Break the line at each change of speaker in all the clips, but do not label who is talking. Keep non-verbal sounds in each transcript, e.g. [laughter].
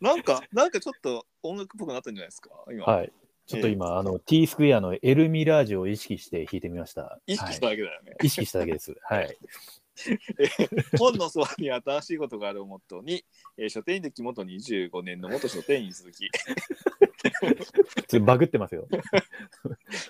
なんか、なんかちょっと音楽っぽくなったんじゃないですか、今。
はい。ちょっと今、あの、T スクエアのエルミラージュを意識して弾いてみました。
意識した
は
だけだよ
[laughs]
ね。
い、意識しただけです。はい。
本のそばに新しいことがあるをモットーに、えー書店員歴元25年の元書店員鈴
[laughs]
木、
ちょっとバグってますよ。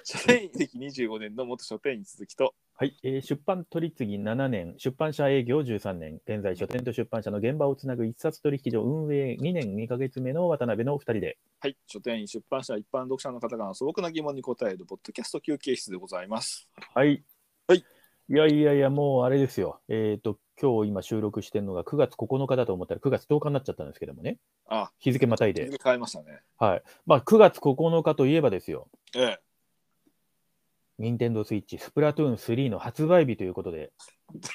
書店員歴25年の元書店員鈴木と、
はい、えー出版取り次ぎ7年、出版社営業13年、現在書店と出版社の現場をつなぐ一冊取引所運営2年2ヶ月目の渡辺のお二人で、
はい、書店員、出版社、一般読者の方からの素朴な疑問に答える、ポッドキャスト休憩室でございます。
はい。
はい。
いやいやいや、もうあれですよ。えっ、と、今日今収録してるのが9月9日だと思ったら9月10日になっちゃったんですけどもね。
あ、
日付またい
日
で。
付変えましたね。
はい。まあ、9月9日といえばですよ。
ええ。
任天堂スイッチスプラトゥーン3の発売日ということで、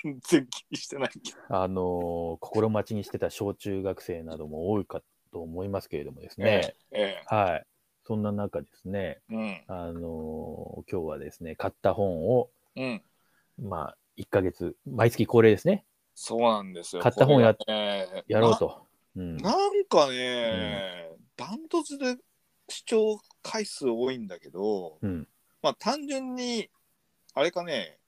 全然気にしてないけど。
あのー心待ちにしてた小中学生なども多いかと思いますけれどもですね。
え
はい。そんな中ですね、
え。うん。
あのー今日はですね、買った本を、
うん。
まあ、1ヶ月、毎月恒例ですね、
そうなんですよ。
買った本や
これがね
やろうと。うん、
な。なんかね、ダントツで視聴回数多いんだけど、
うん
まあ単純に、あれかね、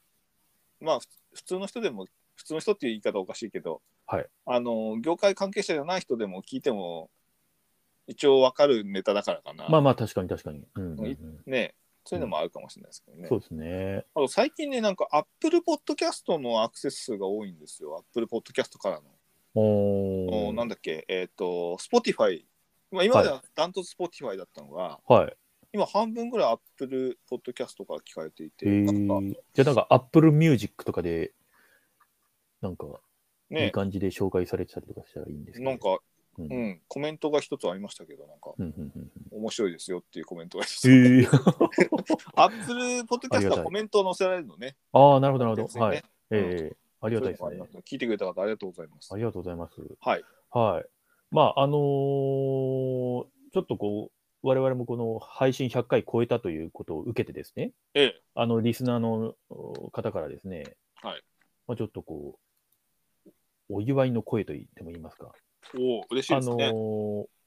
まあふ普通の人でも、普通の人っていう言い方おかしいけど、
はい
あの、業界関係者じゃない人でも聞いても、一応わかるネタだからかな。
まあまあ、確かに確かに。うんうんうん
いねそういうのもあるかもしれないですけどね。
そうですね。
あと最近ね、なんか Apple Podcast のアクセス数が多いんですよ。Apple Podcast からの。
お
お
ー
なんだっけ、えっ、と、Spotify。まあ、今まではダントツ Spotify だったのが、
はい。
今半分ぐらい Apple Podcast から聞かれていて、
え
なんか
ー、じゃあなんか、Apple Music とかで、なんか、いい
ね、
感じで紹介されてたりとかしたらいいんですけど。
なん、か、
うん
う。ん、コメントが一つありましたけど、なんか、
うんうんうん
面白いですよっていうコメントが一
え
つ。 [laughs]
ー、
Apple Podcast はコメントを載せられるのね。
ああ、なるほど、なる
で
ほ
す
ど。
よ
は
ね
い。ええありがたいです
そううのもあ
ね
り。ます聞いてくれた方、ありがとうございます
あ。りがとうございます。
はい。
はい。まあ、あのーちょっとこう、我々もこの配信100回超えたということを受けてですね、
ええ、
あの、リスナーのお方からですね、
はい。
まあ、ちょっとこう、お祝いの声と言っても言いますか、
おお、嬉しい
あ
です
の
ね。
ー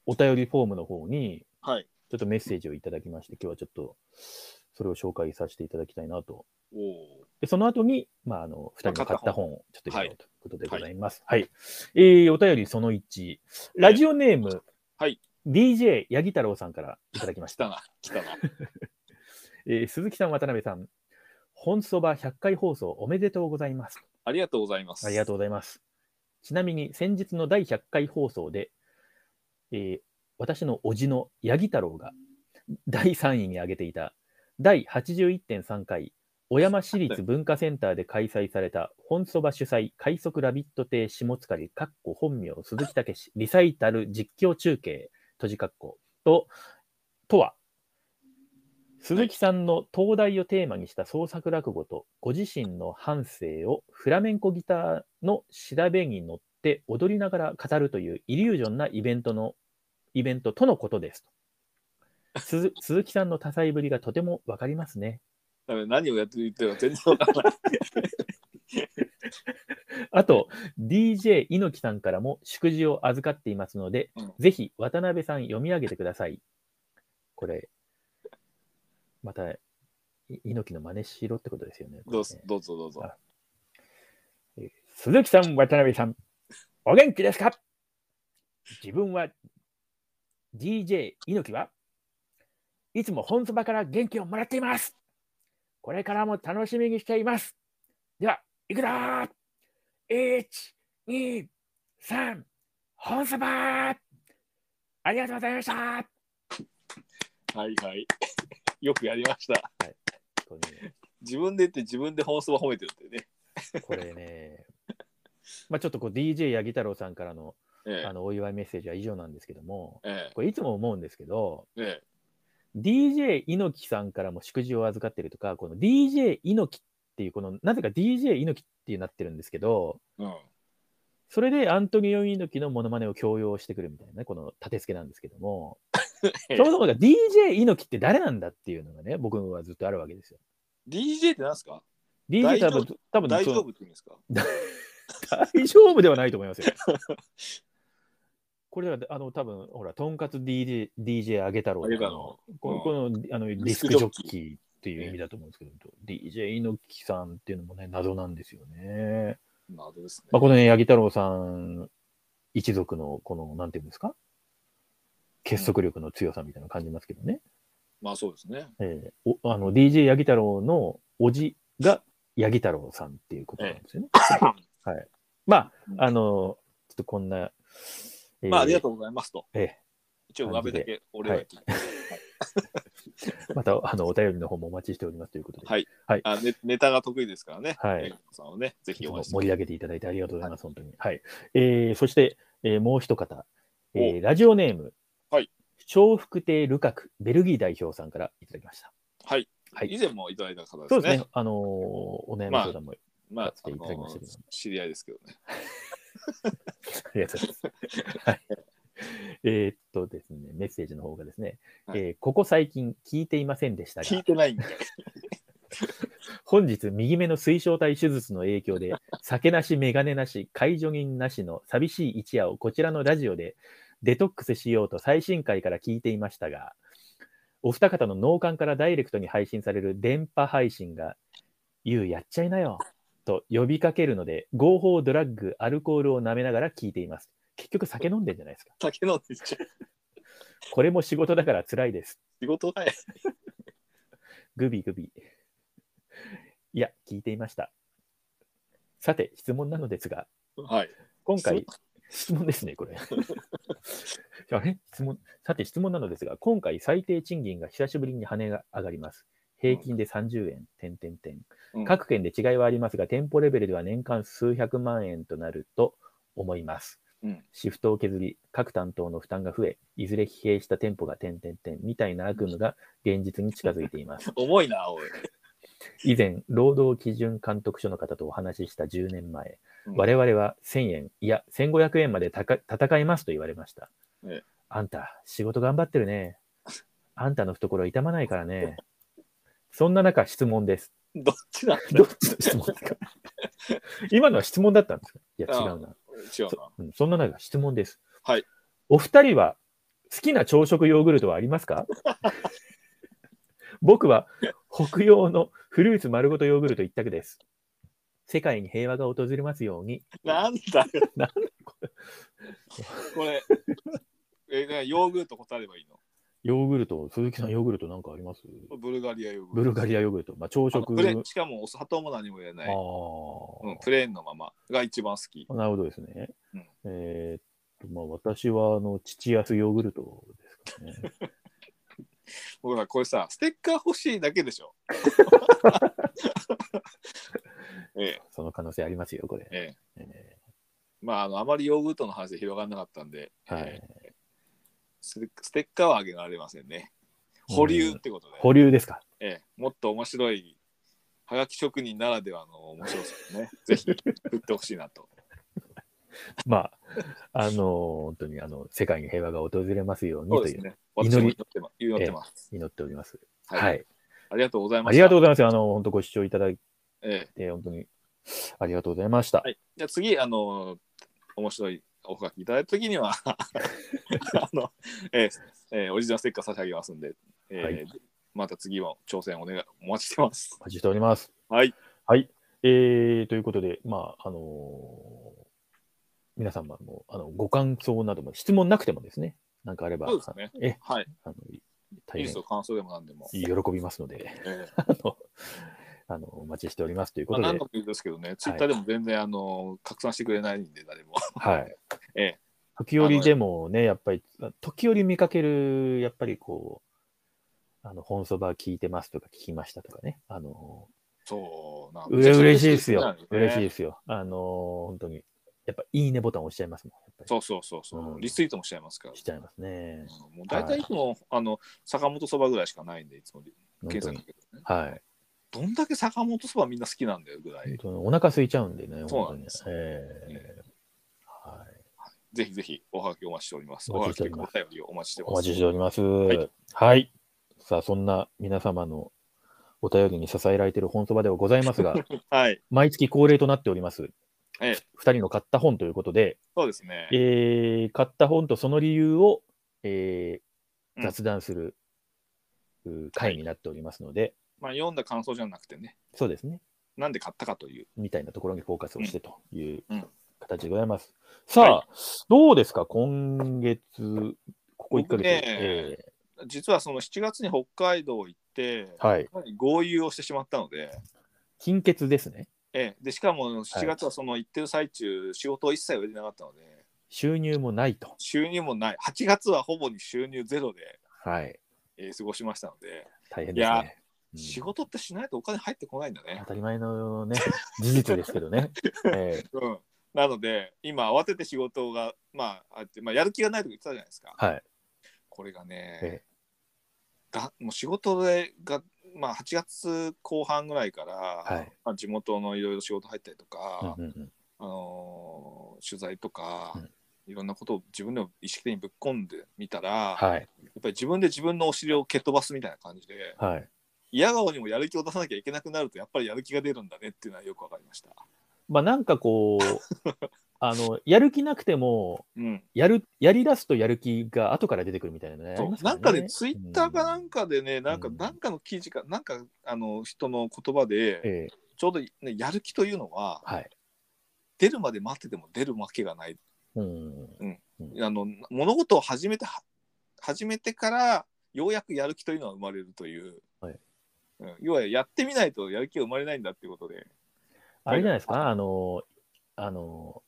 お便りフォームの方に、
はい。
ちょっとメッセージをいただきまして、今日はちょっと、それを紹介させていただきたいなと。
おお。
で、その後に、まあ、あの、二人の買
買っ
っ
たた
本をちょっと
は
読
い
ろうということでございます。はい。えーお便りその1。ラジオネーム、
はい。
DJ 八木太郎さんからいただきま
来
したた。
な、来たな。
えー鈴木さん、渡辺さん、本そば100回放送おめでとうございます。
ありがとうございます。
ありがとうございます。ちなみに、先日の第100回放送で、えー私の叔父の八木太郎が第3位に挙げていた第81.3回小山市立文化センターで開催された本そば主催快速ラビット亭下塚りかっこ本名鈴木武史リサイタル実況中継閉じかっこととは鈴木さんの東大をテーマにした創作落語とご自身の半生をフラメンコギターの調べに乗って踊りながら語るというイリュージョンなイベントのイベントとのことですと鈴鈴木さんの多彩ぶりがとてもわかりますね。
だから何をやって言ってるか全然わ
[laughs]
からない。
あと、DJ 猪木さんからも祝辞を預かっていますので、
うん
ぜひ渡辺さん読み上げてください。これ、また、い猪木の真似しろってことですよね。これ
ど
ね
うぞ、どうぞ、どうぞ
あ。鈴木さん、渡辺さん、お元気ですか自分は DJ 猪木はいつも本そばから元気をもらっています。これからも楽しみにしています。では、いくぞ !1、2、3、本そばありがとうございました
はいはい。よくやりました。
これね
自分で言って自分で放送は褒めてるっていうね。
これね、 [laughs] まあちょっとこう DJ 八木太郎さんからの
え
あのお祝いメッセージは以上なんですけども、
え、え
これいつも思うんですけど、
え、え
DJ 猪木さんからも祝辞を預かってるとか、この DJ 猪木っていう、この、なぜか DJ 猪木ってなってるんですけど、
え。うん。 [laughs]
それでアントニオ猪木のモノマネを強要してくるみたいなね、この立て付けなんですけども、そもそもが DJ 猪木って誰なんだっていうのがね、僕はずっとあるわけですよ。
DJ ってなんですか
DJ って多
大
分、多分
大丈
そ
夫っ
う
て言うんですか
大丈夫ではないと思いますよ。これは、あの、多分ほら、とんかつ DJ、DJ あげ太郎
あ
と
れ
か
か
の、
な
こ
う
の
ん
このあのディスクジョッキーっていう意味だと思うんですけど、DJ 猪木さんっていうのもね、謎なんですよね。
謎ですね。
まあ、このね、八木太郎さん一族の、この、なんていうんですか結束力の強さみたいなの感じますけどね。
まあそうですね。
えーおあの、DJ 八木太郎のおじが八木太郎さんっていうことなんですよね。はい。ま [coughs] あ、あの、ちょっとこんな、えー
まあありがとうございますと。
ええ
一応上辺だけ俺は聞いて、
また、あの、お便りの方もお待ちしておりますということで、
はいあネ。ネタが得意ですからね。
はい
えーさんをね、ぜ
い
ひ
つ
応
も
援して
盛り上げていただいてありがとうございます、本当に。はい。えーそして、えーもう一方、えーラジオネーム、
はい。
笑福亭ルカク、ベルギー代表さんからいただきました。
はい。
はい
以前もいただいた方で
そう
すね。
ですね。あのーお悩み相談も、
まあ、あ
いただきま
の
したけど
知り合いですけどね。
[laughs] ありがとうございます。はい。えーっとですね、メッセージの方がですね、
はい
えーここ最近聞いていませんでした
聞
が
い、てないんで。
本日右目の水晶体手術の影響で、酒なし、メガネなし、介助人なしの寂しい一夜をこちらのラジオでデトックスしようと最新回から聞いていましたが、お二方の脳幹からダイレクトに配信される電波配信が、ゆうやっちゃいなよと呼びかけるので、合法ドラッグ、アルコールを舐めながら聞いています。結局酒飲んでんじゃないですか。
酒飲んでっちゃう。
これも仕事だから辛いです。
仕事かい。
グビグビ。いや、聞いていました。さて、質問なのですが、
はい。
今回、質問ですね、これ。あれ質問。さて、質問なのですが、今回最低賃金が久しぶりに跳ねが上がります。平均で30円、点点点
うん。
各県で違いはありますが、店舗レベルでは年間数百万円となると思います。
うん
シフトを削り、各担当の負担が増え、いずれ疲弊した店舗が点点点みたいな悪夢が現実に近づいています。
重いな、おい。
以前、労働基準監督署の方とお話しした10年前、
うん
我々は1000円、いや、1500円までたか戦いますと言われました。
ええ
あんた、仕事頑張ってるね。あんたの懐痛まないからね。そんな中、質問です。
どっちなんだ
どっちの質問ですか [laughs] 今のは質問だったんですかいや、
ああ
違う
違う
な。
な
そ,、うん、そんな中、質問です。
はい。
お二人は好きな朝食ヨーグルトはありますか [laughs] 僕は北洋のフルーツ丸ごとヨーグルト一択です。世界に平和が訪れますように。。
なんだよ。
なん
これ。えー、ヨーグルト答えればいい
ヨーグルト、鈴木さんヨーグルトなんかあります
のブルガリアヨーグ
ブ
ルト。
ルガリアヨーグルト。まあ、朝
あの
食。
プレーンしかもお砂糖も何も入れ
あ
ない、
ー
うん、プレーンのままが一番好き。
なるほどですね。
うん
えーっと、まあ、私は、あの、父安ヨーグルトですかね。
僕らこれさ、ステッカー欲しいだけで
[laughs]
しょ。ええ
その可能性ありますよ、これ。
ええ
え
まああの、あまりヨーグルトの話で広がらなかったんで、
ーは
ええ
い。
ステステッカーはあげられませんね。保留ってことで、
保留ですか。
ええもっと面白い、はがき職人ならではの面白さを
[laughs]
ね、ぜひ振ってほしいなと。
まあ、あの本当にあの世界に平和が訪れますように
そう
と
で
い
す
う
ね。私も
祈
祈
り
ってま祈ってます、
祈っております。
はい
はい、
ありがとうござい
あ
まし
り
た。
がとうございます。あの本当ご視聴いただい
ええ
て本当にありがとうございました。
はい、じゃあ次、あの、面白いお書きいただいたとき
[laughs]
には、あの、ええええオリジナルステッカー差し上げますんで、ええ
はい
また次も挑戦お願い、お待ちしてます
お。待ちしております。
はい。
はい。えー、ということで、まあ、あの皆様もあのご感想なども質問なくてもですね、なんかあれば、
そうですね
え
はい。
あの
ニ
大
ュース
変
の感想でも何でも。
喜びますので、
ええ
あのあのお待ちしておりますというこ
まあ、何
とで
度、も言うんですけどね、ツイッターでも全然、あの拡散してくれないんで、誰も。
はい。
ええ
時折でもね、やっぱり、時折見かける、やっぱりこう、あの、本そば聞いてますとか聞きましたとかね。あの、
そうなん
うれ嬉しいですよ。嬉しい
い。
ですよ。あの、本当に。やっぱ、いいねボタン押しちゃいますもん。やっぱり
そうそうそうそう、
うん
リツイートもしちゃいますから。
しちゃいますね。
うんもう大体いつも、あの坂本そばぐらいしかないんで、いつも
本
検
当
索かけ
に。
てね。
はい。
どんだけ坂本そばみんな好きなんだよぐら
本
い。
当にお腹空いちゃうんで
そ
ね、
う
本
な
当
ん
に
で。す
ええはい。
ぜひぜひおはがきお待ちしております。
お
おは
待
が
ちしてお
き
り
と
ま
お便りをお待ちしており
お
ます。
待ちしております。
い
はい。さあ、そんな皆様のお便りに支えられている本そばではございますが、
はい。
毎月恒例となっております。
ええ
2人の買った本ということで、
そうですね。
えー買った本とその理由を、えー
うん
雑談する、う回になっておりますので、
まあ、読んだ感想じゃなくてね、
そうですね、
なんで買ったかという。
みたいなところにフォーカスをしてという
うんうん
形でございます。さあ、
は
どうですか、今月、ここ1ヶ
僕
月。
ね
え
実はその7月に北海道行って、
ーはい、
かなり豪遊をしてしまったので、
金欠ですね。
ええ、でしかも7月はその行ってる最中、仕事を一切入れてなかったので、
収入もないと。
収入もない、8月はほぼに収入ゼロで、
はい。
えー過ごしましたので、
大変
い
です
や
ね。うん
仕事ってしないとお金入ってこないんだね
当。たり前のね、事実ですけ
[laughs]
どね。えー
うん、なので、今、慌てて仕事が、まあ、あってまあ、やる気がないとか言ってたじゃないですか。
はい。
これが
え
ね、がもう仕事でが、まあ、8月後半ぐらいから、
はい
まあ、地元のいろいろ仕事入ったりとか、
うんうんうん
あのー取材とか、
うん
いろんなことを自分でも意識的にぶっ込んでみたら、やっ
はい。
ぱり自分で自分のお尻を蹴飛ばすみたいな感じで、
はい。
嫌顔にもやる気を出さなきゃいけなくなると、やっぱりやる気が出るんだねっていうのはよくわかりました。
まあなんかこ
[laughs]
う、あの、やる気なくても、
うん、
やる、やり出すとやる気が後から出てくるみたいなね。ありますら
なんかね、ツイッターかなんかでね、なんか、
うん
なんかの記事か、なんか、あの、人の言葉で、
うんええ
ちょうど、ね、やる気というのは、
はい。
出るまで待ってても出るわけがない。
うん。
あの、物事を始めて、は始めてから、ようやくやる気というのは生まれるという。
はい
うん、要は、やってみないとやる気が生まれないんだっていうことで。
あれじゃないですか、あの、あの、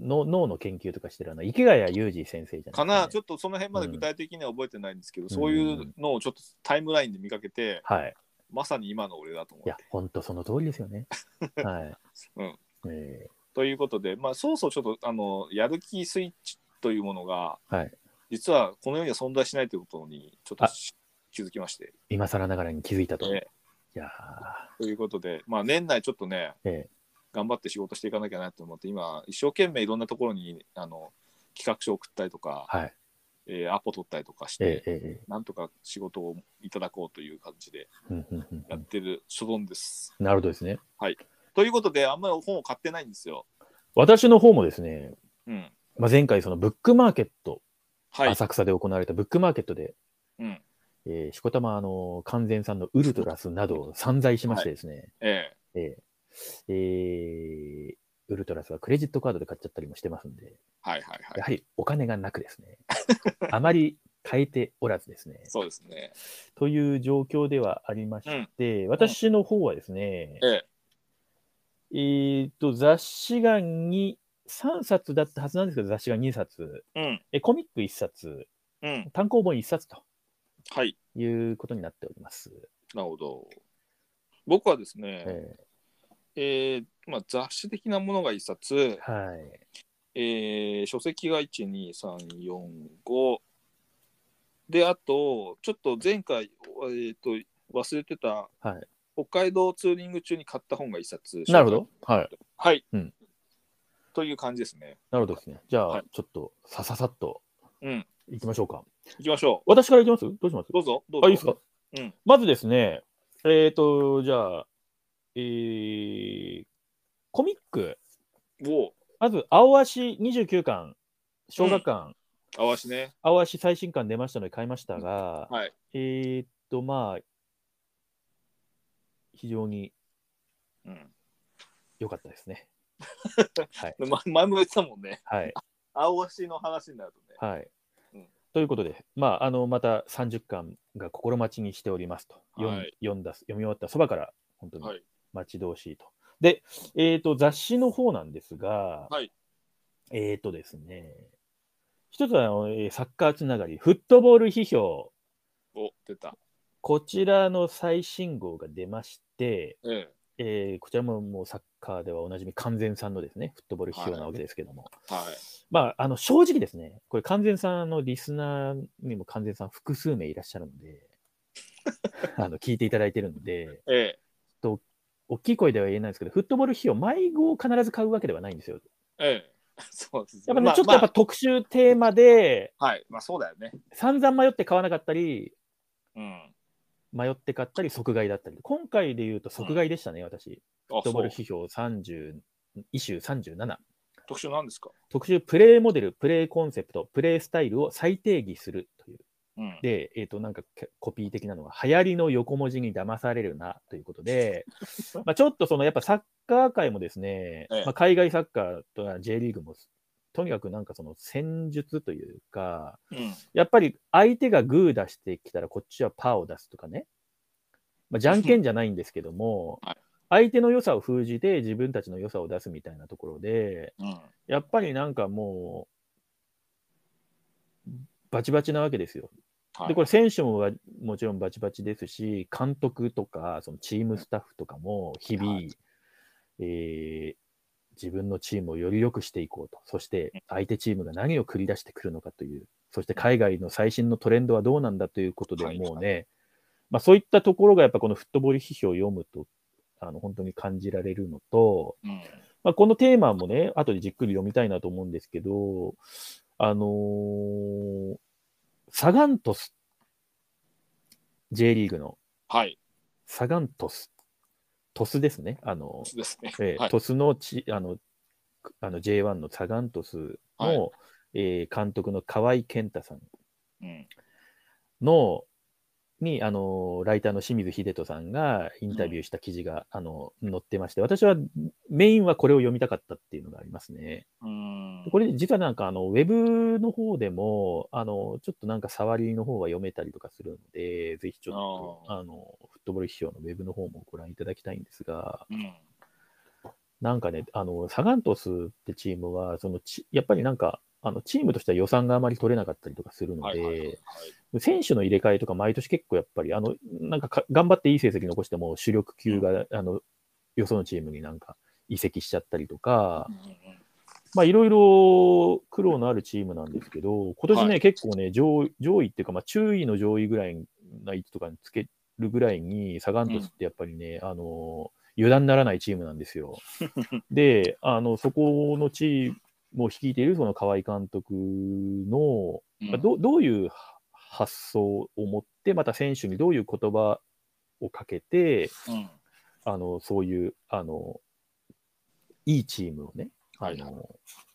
の脳の研究とかしてるあの池谷裕二先生じゃないで
か
すか、
な、ち
ょ
ょっとその辺まで
うん
具体的には覚えてないんですけど、そういうのをちょっとタイムラインで見かけて、
はい。
まさに今の俺だと思っ
い
て
や。、本当その通りです
[laughs]
よね。はい。
うん
え
ということで、まあ、そうそうちょっとあのやる気スイッチというものが、
はい
実はこの世には存在しないということにちょっと
あ
し気づきまして、
え今更ながらに気づいたと。
え
いや
ということで、まあ、年内ちょっとね、
ーえ
頑張って仕事していかなきゃなと思って、今、一生懸命いろんなところにあの企画書を送ったりとか、
ーはい。
えーアポ取ったりとかし
えー
て、
えーえ
なんとか仕事をいただこうという感じで
ーうんうんうんう
やっ
ん
てる所存です。
なるほどですね。
ということで、あんまり本を買ってないんですよ。
私の方もですね、
うん。
まあ、前回そのブックマーケット、
はい。
浅草で行われたブックマーケットで、
うん。
えーしこたまあの完全さんのウルトラスなどを散財しましてですね、
ええ
えーえーウルトラスはクレジットカードで買っちゃったりもしてますんで、
はいはいはい。
やはりお金がなくですね、 [laughs] あまり変えておらずですね、
そうですね。
という状況ではありまして、私の方はですね、
え
えーと、雑誌が2、3冊だったはずなんですけど、雑誌が2冊、
え。うん。
えコミック1冊、
うん。
単行本1冊と
はい。
いうことになっております。
なるほど。僕はですね、え
え
ーまあ、雑誌的なものが1冊、
ーはい。
えー書籍が12345であとちょっと前回、えー、と忘れてた、
はい
北海道ツーリング中に買った本が1冊
なるほど。はい。
はい、
うん
という感じですね
なるほどですね。じゃあ、
はい
ちょっとさささっと
うん
いきましょうか。
行きましょ
私からいきますどうします
うどうぞどうぞ
あ、いいですか、
うん
まずですね、えっ、と、じゃあ、えー、コミック、
お
まず、青足29巻、小学館、
あわしね
青足最新巻出ましたので買いましたが、
はい
えーっと、まあ、非常に
うん
良かったですね。はい。
でま前も言ってたもんね
はい。
あわしの話になるとね
はい。
うん
ということで、まあ、あの、また30巻が心待ちにしておりますと。読ん
はい
読んだ、読み終わったそばから、本当に
はい
待ち遠しいと。で、えーと、雑誌の方なんですが、
はい
えーとですね、一つはあのえーサッカーつながり、フットボール批評、
お出た
こちらの最新号が出まして、
え
えーこちらももうサッカーではおなじみ完全さんのですね、フットボール批評なわけですけども、
えはい
まあ、あの正直ですね、これ、完全さんのリスナーにも完全さん複数名いらっしゃるの
[laughs]
で、あの聞いていただいてるので、
ええ
大きい声では言えないんですけど、フットボール費用、毎号必ず買うわけではないんですよ。
ええ [laughs] そうですね。
やっぱね、
まあ
ちょっとやっぱ
ま
特集テーマで、
あはい。まあそうだよね。
散々迷って買わなかったり、
うん。
迷って買ったり、即買いだったり。今回で言うと即買いでしたね、私。
あ、
ド
そ
ボル
う。
批評30、イシュー37。
特集なんですか
特集プレイモデル、プレイコンセプト、プレイスタイルを再定義するという。
うん。
で、えっ、と、なんかけコピー的なのが、流行りの横文字に騙されるなというこ
[laughs]
とで、まあちょっとそのやっぱサッカー界もですね、
ええ
まあ、海外サッカーとか J リーグも、とにかくなんかその戦術というか、
うん。
やっぱり相手がグー出してきたらこっちはパーを出すとかね、まあ、じゃんけんじゃないんですけども、
[laughs] はい
相手の良さを封じて自分たちの良さを出すみたいなところで、
うん。
やっぱりなんかもう、バチバチなわけですよ。
は
で
い
こ。れ選手もわもちろんバチバチですし、監督とかそのチームスタッフとかも日々、
はい
えー自分のチームをより良くしていこうと、そして相手チームが何を繰り出してくるのかという、そして海外の最新のトレンドはどうなんだということで、
はい
もうね、まあ、そういったところがやっぱこのフットボール批評を読むと、あの本当に感じられるのと、
うん。
まあ、このテーマもね、後でじっくり読みたいなと思うんですけど、あのーサガントス、J リーグの
はい。
サガントス、トスですね、あの
そうですね。
えー
はい。
トスのちあのくあの J1 のサガントスの、
は
えー監督の河合健太さん
うん。
のにあのライターの清水秀人さんがインタビューした記事が、あの載ってまして、私はメインはこれを読みたかったっていうのがありますね。
うん
これ実はなんかあのウェブの方でもあのちょっとなんか触りの方は読めたりとかするのでぜひちょっとあのフットボール批評のウェブの方もご覧いただきたいんですが
うん。
なんかねあのサガン鳥栖ってチームはそのちやっぱりなんかあのチームとしては予算があまり取れなかったりとかするの
はい。
で、
はいはい。
選手の入れ替えとか毎年結構やっぱりあのなんかか頑張っていい成績残しても主力級が、あのよそのチームになんか移籍しちゃったりとか
う、んうんうん
まあ、いろいろ苦労のあるチームなんですけど、今年ね、
は
結構ね、上位上位っていうか、まあ、中位の上位ぐらいな位置とかにつけるぐらいに、サガン鳥栖ってやっぱりね、あの油断ならないチームなんで
[laughs]
すよ。で、あのそこのチームを率いているその河合監督の、
うん
まあどどういう発想を持って、また選手にどういう言葉をかけて、
うん。
あの、そういう、あの、いいチームをね、あ
はいはい
の、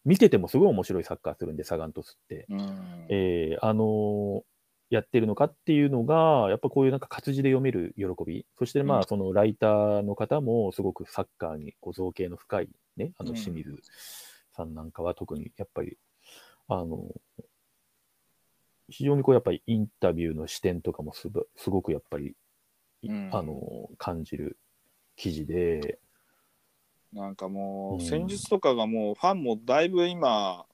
見ててもすごい面白いサッカーするんで、サガン鳥栖って、
うん。
えーあの、やってるのかっていうのが、やっぱこういうなんか活字で読める喜び、そしてま
う
あ、
ん
そのライターの方もすごくサッカーにこう造形の深い、ね、あの、
うん
清水さんなんかは特にやっぱり、あの、非常にこうやっぱりインタビューの視点とかもすばすごくやっぱり、い
うん
あの感じる記事で、
なんかもう、
うん
戦術とかがもう、ファンもだいぶ今、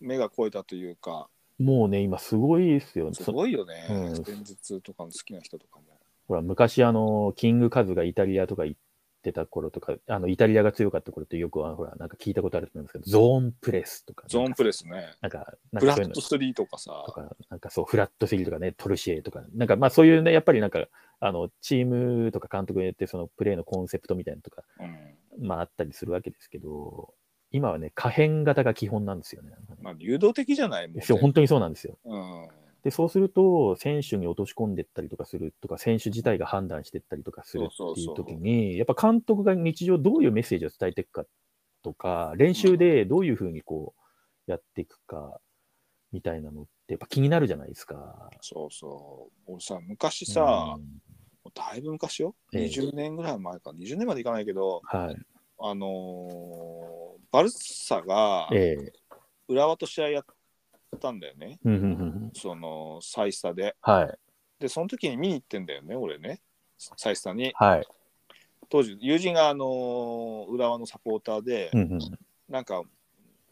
目が超えたというか、
もうね、今すごいですよ。
す
そ
ごいよね、
うん
戦術とかの好きな人とかも。
ほら、昔、あの、キングカズがイタリアとか行ってた頃とか、あの、イタリアが強かった頃ってよく、あのほら、なんか聞いたことあると思うんですけど、ゾーンプレスとか、
ゾーンプレスね。
なんか、
ブ
なんか
ラ
そういう
ッ
の
ドスリーとかさ
と。か、なんかそう、フラットフィールとかね、トルシエとか、なんかまあそういうね、やっぱりなんか、あの、チームとか監督によって、そのプレーのコンセプトみたいなのとか、
うん。
まああったりするわけですけど、今はね、可変型が基本なんですよね。
まあ、流動的じゃないもん、ね。
そう本当にそうなんですよ。
うん。
で、そうすると、選手に落とし込んでったりとかするとか、選手自体が判断してったりとかする
そう
って
そうそう
い
う
時に、やっぱ監督が日常どういうメッセージを伝えていくかとか、練習でどういうふうにこうやっていくかみたいなのって、やっぱ気になるじゃないですか。
そうそう。俺さ、昔さ、
うん
だいぶ昔よ。
ええ
20年ぐらい前か。20年までいかないけど、
はい。
あのーバルサが
ええ
浦和と試合やったんだよね。
うんうんうん
その、サイスタで。
はい。
で、その時に見に行ってんだよね、俺ね。サイスタに。
はい。
当時、友人が、あのー浦和のサポーターで、
うんうん
なんか、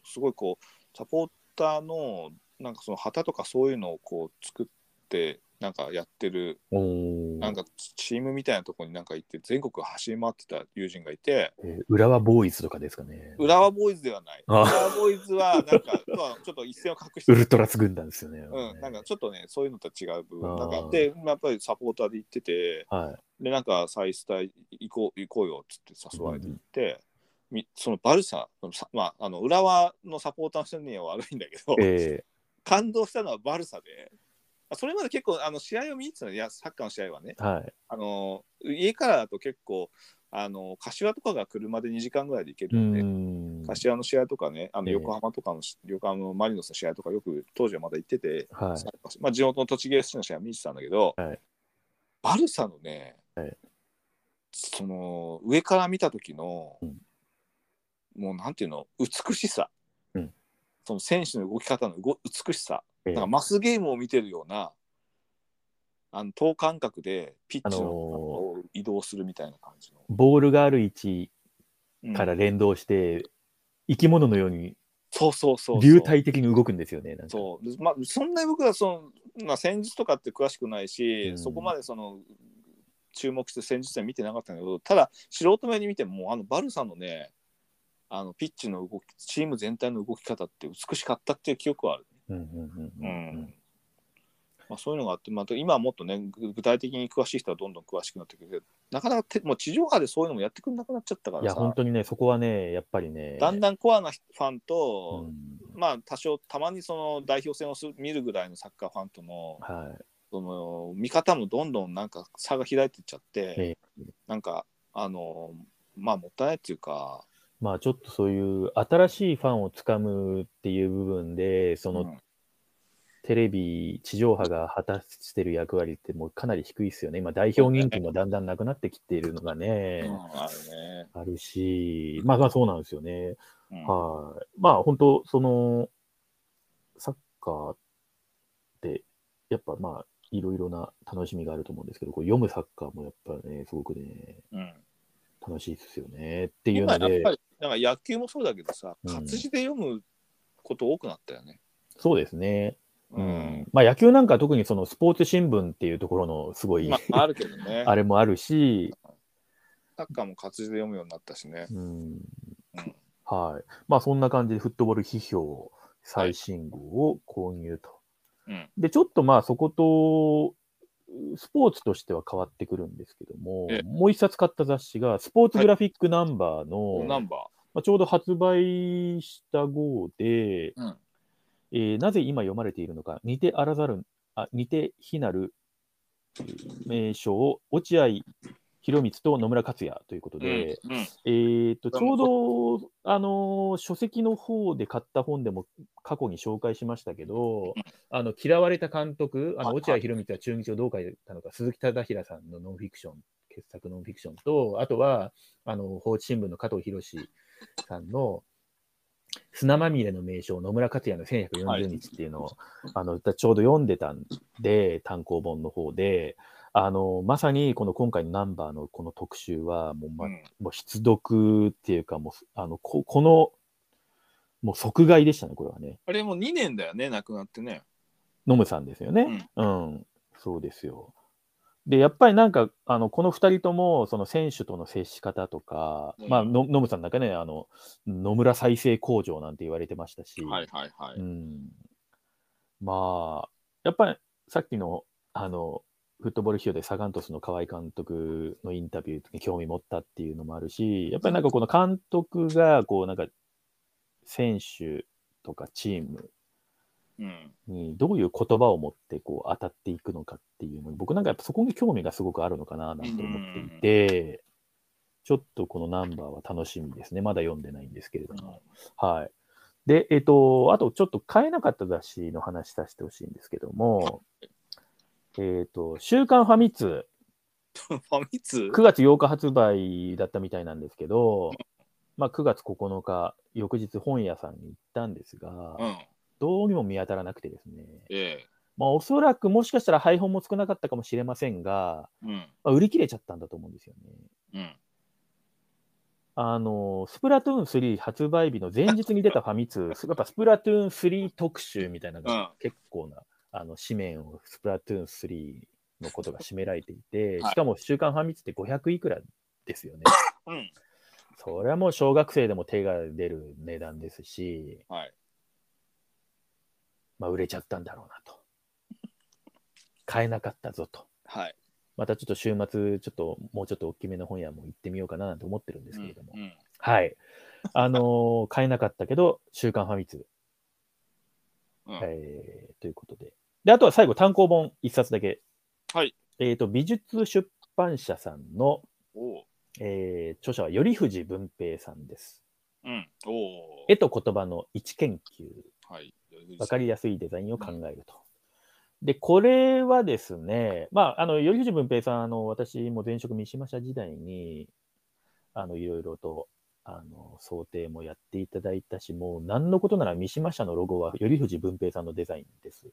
すごいこう、サポーターの、なんかその旗とかそういうのをこう作って、なんかやってる、
おー
なんかチームみたいなところになんか行って、全国走り回ってた友人がいて、
えー浦和ボーイズとかですかね。
浦和ボーイズではない。浦
あ
和ボーイズは、なんか、 [laughs] とはちょっと一線を隠して
ウルトラス軍団ですよね。
うん、なんかちょっとね、そういうのとは違う部
あ
分。
ー
なんか、で、やっぱりサポーターで行ってて、
はい。
で、なんか、再スタ行こう、行こうよっつって誘われて行って、みそのバルサ、そのさまあ、あの浦和のサポーターの人には悪いんだけど、
え
感動したのはバルサで、あそれまで結構あの試合を見に行ってたのいや、サッカーの試合はね、
えはい。
あの家からだと結構、あの柏とかが車で2時間ぐらいで行け
う
るんで、
ん。
柏の試合とかね、あの
ええ
横浜とかのし、横浜のマリノスの試合とか、よく当時はまだ行ってて、
はい。
まあ、地元の栃木 SC の試合は見てたんだけど、
はい
バルサのね、
はい
その上から見た時の、
うん
もうなんていうの美しさ、
うん
その選手の動き方の動美しさ、
ええ
なんかマスゲームを見てるようなあの等間隔でピッチの
あのー
を移動するみたいな感じの。
ボールがある位置
うん
から連動して、生き物のように
そうそうそうそう
流体的に動くんですよね。なんか
そうでまあ、そんなに僕はその、まあ、戦術とかって詳しくないし、
うん
そこまでその注目して戦術点見てなかったんだけどただ素人目に見てもあのバルサのねあのピッチの動きチーム全体の動き方って美しかったっていう記憶はある、
うんうんうんうんうん
まあ、そういうのがあって、まあ、今はもっとね具具体的に詳しい人はどんどん詳しくなってくるけどなかなかてもう地上波でそういうのもやってくれなくなっちゃったか
い
ら
や、本
さ
当にね、そこはね、やっぱりね。
だんだんコアなファン
う
と、
ん
まあ多少たまにその代表戦をする見るぐらいのサッカーファンとの
はい。
その見方もどんどんなんか差が開いていっちゃって、
え
なんかあのまあもったいないっていうか、
まあちょっとそういう新しいファンをつかむっていう部分で、その
うん
テレビ、地上波が果たしてる役割ってもうかなり低いですよね。今、代表人気もだんだんなくなってきているのがね、
うんあるね、
あるし、まあまあそうなんですよね。
うん
はい。まあ本当、その、サッカーって、やっぱまあ、いろいろな楽しみがあると思うんですけど、こう読むサッカーもやっぱね、すごくね、
うん
楽しいですよね。っていう
今
の
やっ
で
ぱ、りなんか野球もそうだけどさ
うん
活字で読むこと多くなったよね。
そうですね。
う
うんん。まあ野球なんか特にそのスポーツ新聞っていうところのすごい、
まあ、あるけどね
[laughs] あれもあるし、
サッカーも活字で読むようになったしね。
うん
うん
はい。まあそんな感じでフットボール批評最新号を購入と。
うん
で、ちょっとまあそこと、スポーツとしては変わってくるんですけども
ええ、
もう一冊買った雑誌が、スポーツグラフィックナンバーの、
ナンバ
まあ、ちょうど発売した号
ー、
で、
うん
えーなぜ今読まれているのか、似てあらざる、あ似て非なるえー名称を落合博光と野村克也ということで、
うん
えー、と
こ
ち
れ
ょ
も
うど、あのー書籍の方で買った本でも過去に紹介しましたけど、あの嫌われた監督、
は
あの
い
落合博満は中日をどう書いたのか、鈴木忠平さんのノンフィクション、傑作ノンフィクションと、あとはあの放置新聞の加藤博さんの砂まみれの名称、野村克也の1140日っていうのを、あのちょうど読んでたんで、単行本の方で、あのまさにこの今回のナンバーのこの特集は、もうま、
うん
もう必読っていうか、もうあのここの、もう即買いでしたね、これはね。
あれもう2年だよね、亡くなってね。
ノムさんですよね。うん、そうですよ。で、やっぱりなんか、あのこの2人とも、その選手との接し方とか、
うん
まあ、のノムさんなんかね、あの野村再生工場なんて言われてましたし、
はいはいは
う
い。
ん、まあ、やっぱりさっきの、あの、フットボール費用でサガン鳥栖の河合監督のインタビューに興味持ったっていうのもあるし、やっぱりなんかこの監督が、こうなんか、選手とかチーム
うん
にどういう言葉を持ってこう当たっていくのかっていうのに、僕なんかやっぱそこに興味がすごくあるのかななんて思っていて、ちょっとこのナンバーは楽しみですね。まだ読んでないんですけれども。はい。で、えっと、あとちょっと買えなかった雑誌の話させてほしいんですけども、えっと、週刊ファミ通、
ファミ通
9月8日発売だったみたいなんですけど、まあ9月9日、翌日本屋さんに行ったんですが
う、ん。
どうにも見当たらなくてですね、
ええ。
まあおそらくもしかしたら配本も少なかったかもしれませんが、
うん。
まあ売り切れちゃったんだと思うんですよね。
うん。
あの、スプラトゥーン3発売日の前日に出たファミ通、やっぱスプラトゥーン3特集みたいなのが
う
結構な、あの、紙面をスプラトゥーン3のことが占められていて、
はい
しかも週刊ファミ通って500いくらですよね。
うん。
それはもう小学生でも手が出る値段ですし、
はい。
まあ売れちゃったんだろうなと。買えなかったぞと。
はい。
またちょっと週末、ちょっともうちょっと大きめの本屋も行ってみようかなと思ってるんですけれども。
うんうん
はい。あのー買えなかったけど、週刊ファミ通。
うん
えーということで。で、あとは最後、単行本一冊だけ。
はい。
えっと、美術出版社さんの、
おう
えー著者は頼藤文平さんです。
うん。おう
絵と言葉の一研究。
はい。
わかりやすいデザインを考えると。で、これはですね、まあ、あの、頼藤文平さん、あの、私も前職三島社時代に、あの、いろいろと、あの、想定もやっていただいたし、もう、何のことなら三島社のロゴは頼藤文平さんのデザインです。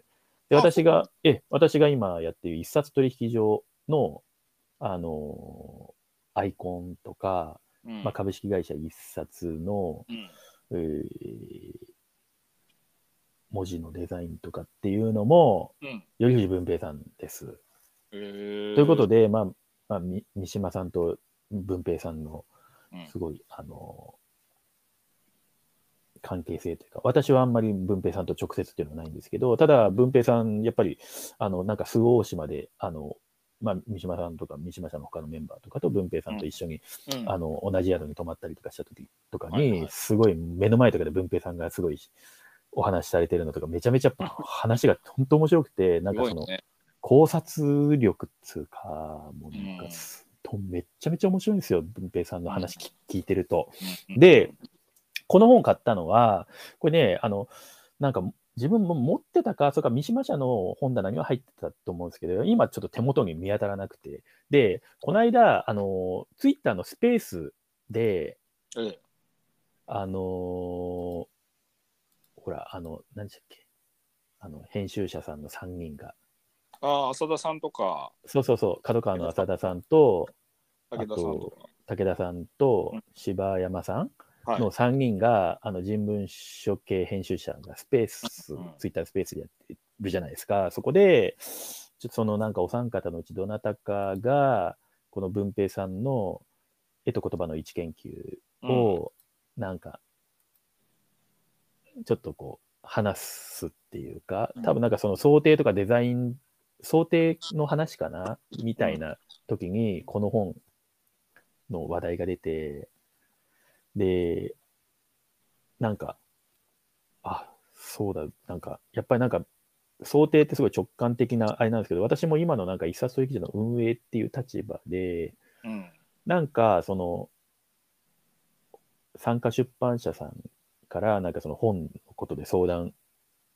あ
で、私が、え、私が今やっている一冊取引所の、あの、アイコンとか、
うん
まあ、株式会社一冊の、
うん。
えー文字のデザインとかっていうのも、
うん。
頼藤文平さんです。
えー
ということで、まあ、まあ、み三島さんと文平さんの
うん
すごい、あの、関係性というか、私はあんまり文平さんと直接っていうのはないんですけど、ただ文平さん、やっぱり、あの、なんか周防大島で、あの、まあ、三島さんとか三島さんの他のメンバーとかと文平さんと一緒に
うん
あの同じ宿に泊まったりとかした時とかに、
はいはい
すごい目の前とかで文平さんがすごいお話しされてるのとかめちゃめちゃやっぱ話が本当面白くてなんかそ
すご
の
いね
考察力っつうかもうなんかすとめっちゃめちゃ面白いんですよ文平さんの話き聞いてると。
うん
で、この本買ったのはこれねあのなんか自分も持ってたか、それから三島社の本棚には入ってたと思うんですけど、今ちょっと手元に見当たらなくて。で、この間、あの、ツイッターのスペースで、
うんえ
あのーほら、あの、何でしたっけ、あの、編集者さんの3人が、
ああ、浅田さんとか、
そうそうそう、角川の浅田さんと、
武田さんと
武田さんと
うん
柴山さん
か。
の3人が、あの人文書系編集者がスペース、
うん
ツイッタースペースでやってるじゃないですか、そこで、ちょっとそのなんかお三方のうちどなたかが、この文平さんの絵と言葉の一研究
うん
を、なんか、ちょっとこう、話すっていうか
うん、
多分なんかその想定とかデザイン、想定の話かなみたいな時に、この本の話題が出て、で、なんか、あ、そうだ、なんか、やっぱりなんか、想定ってすごい直感的なあれなんですけど、私も今のなんか一冊取引所の運営っていう立場で、
うん。
なんか、その、参加出版社さんから、なんかその本のことで相談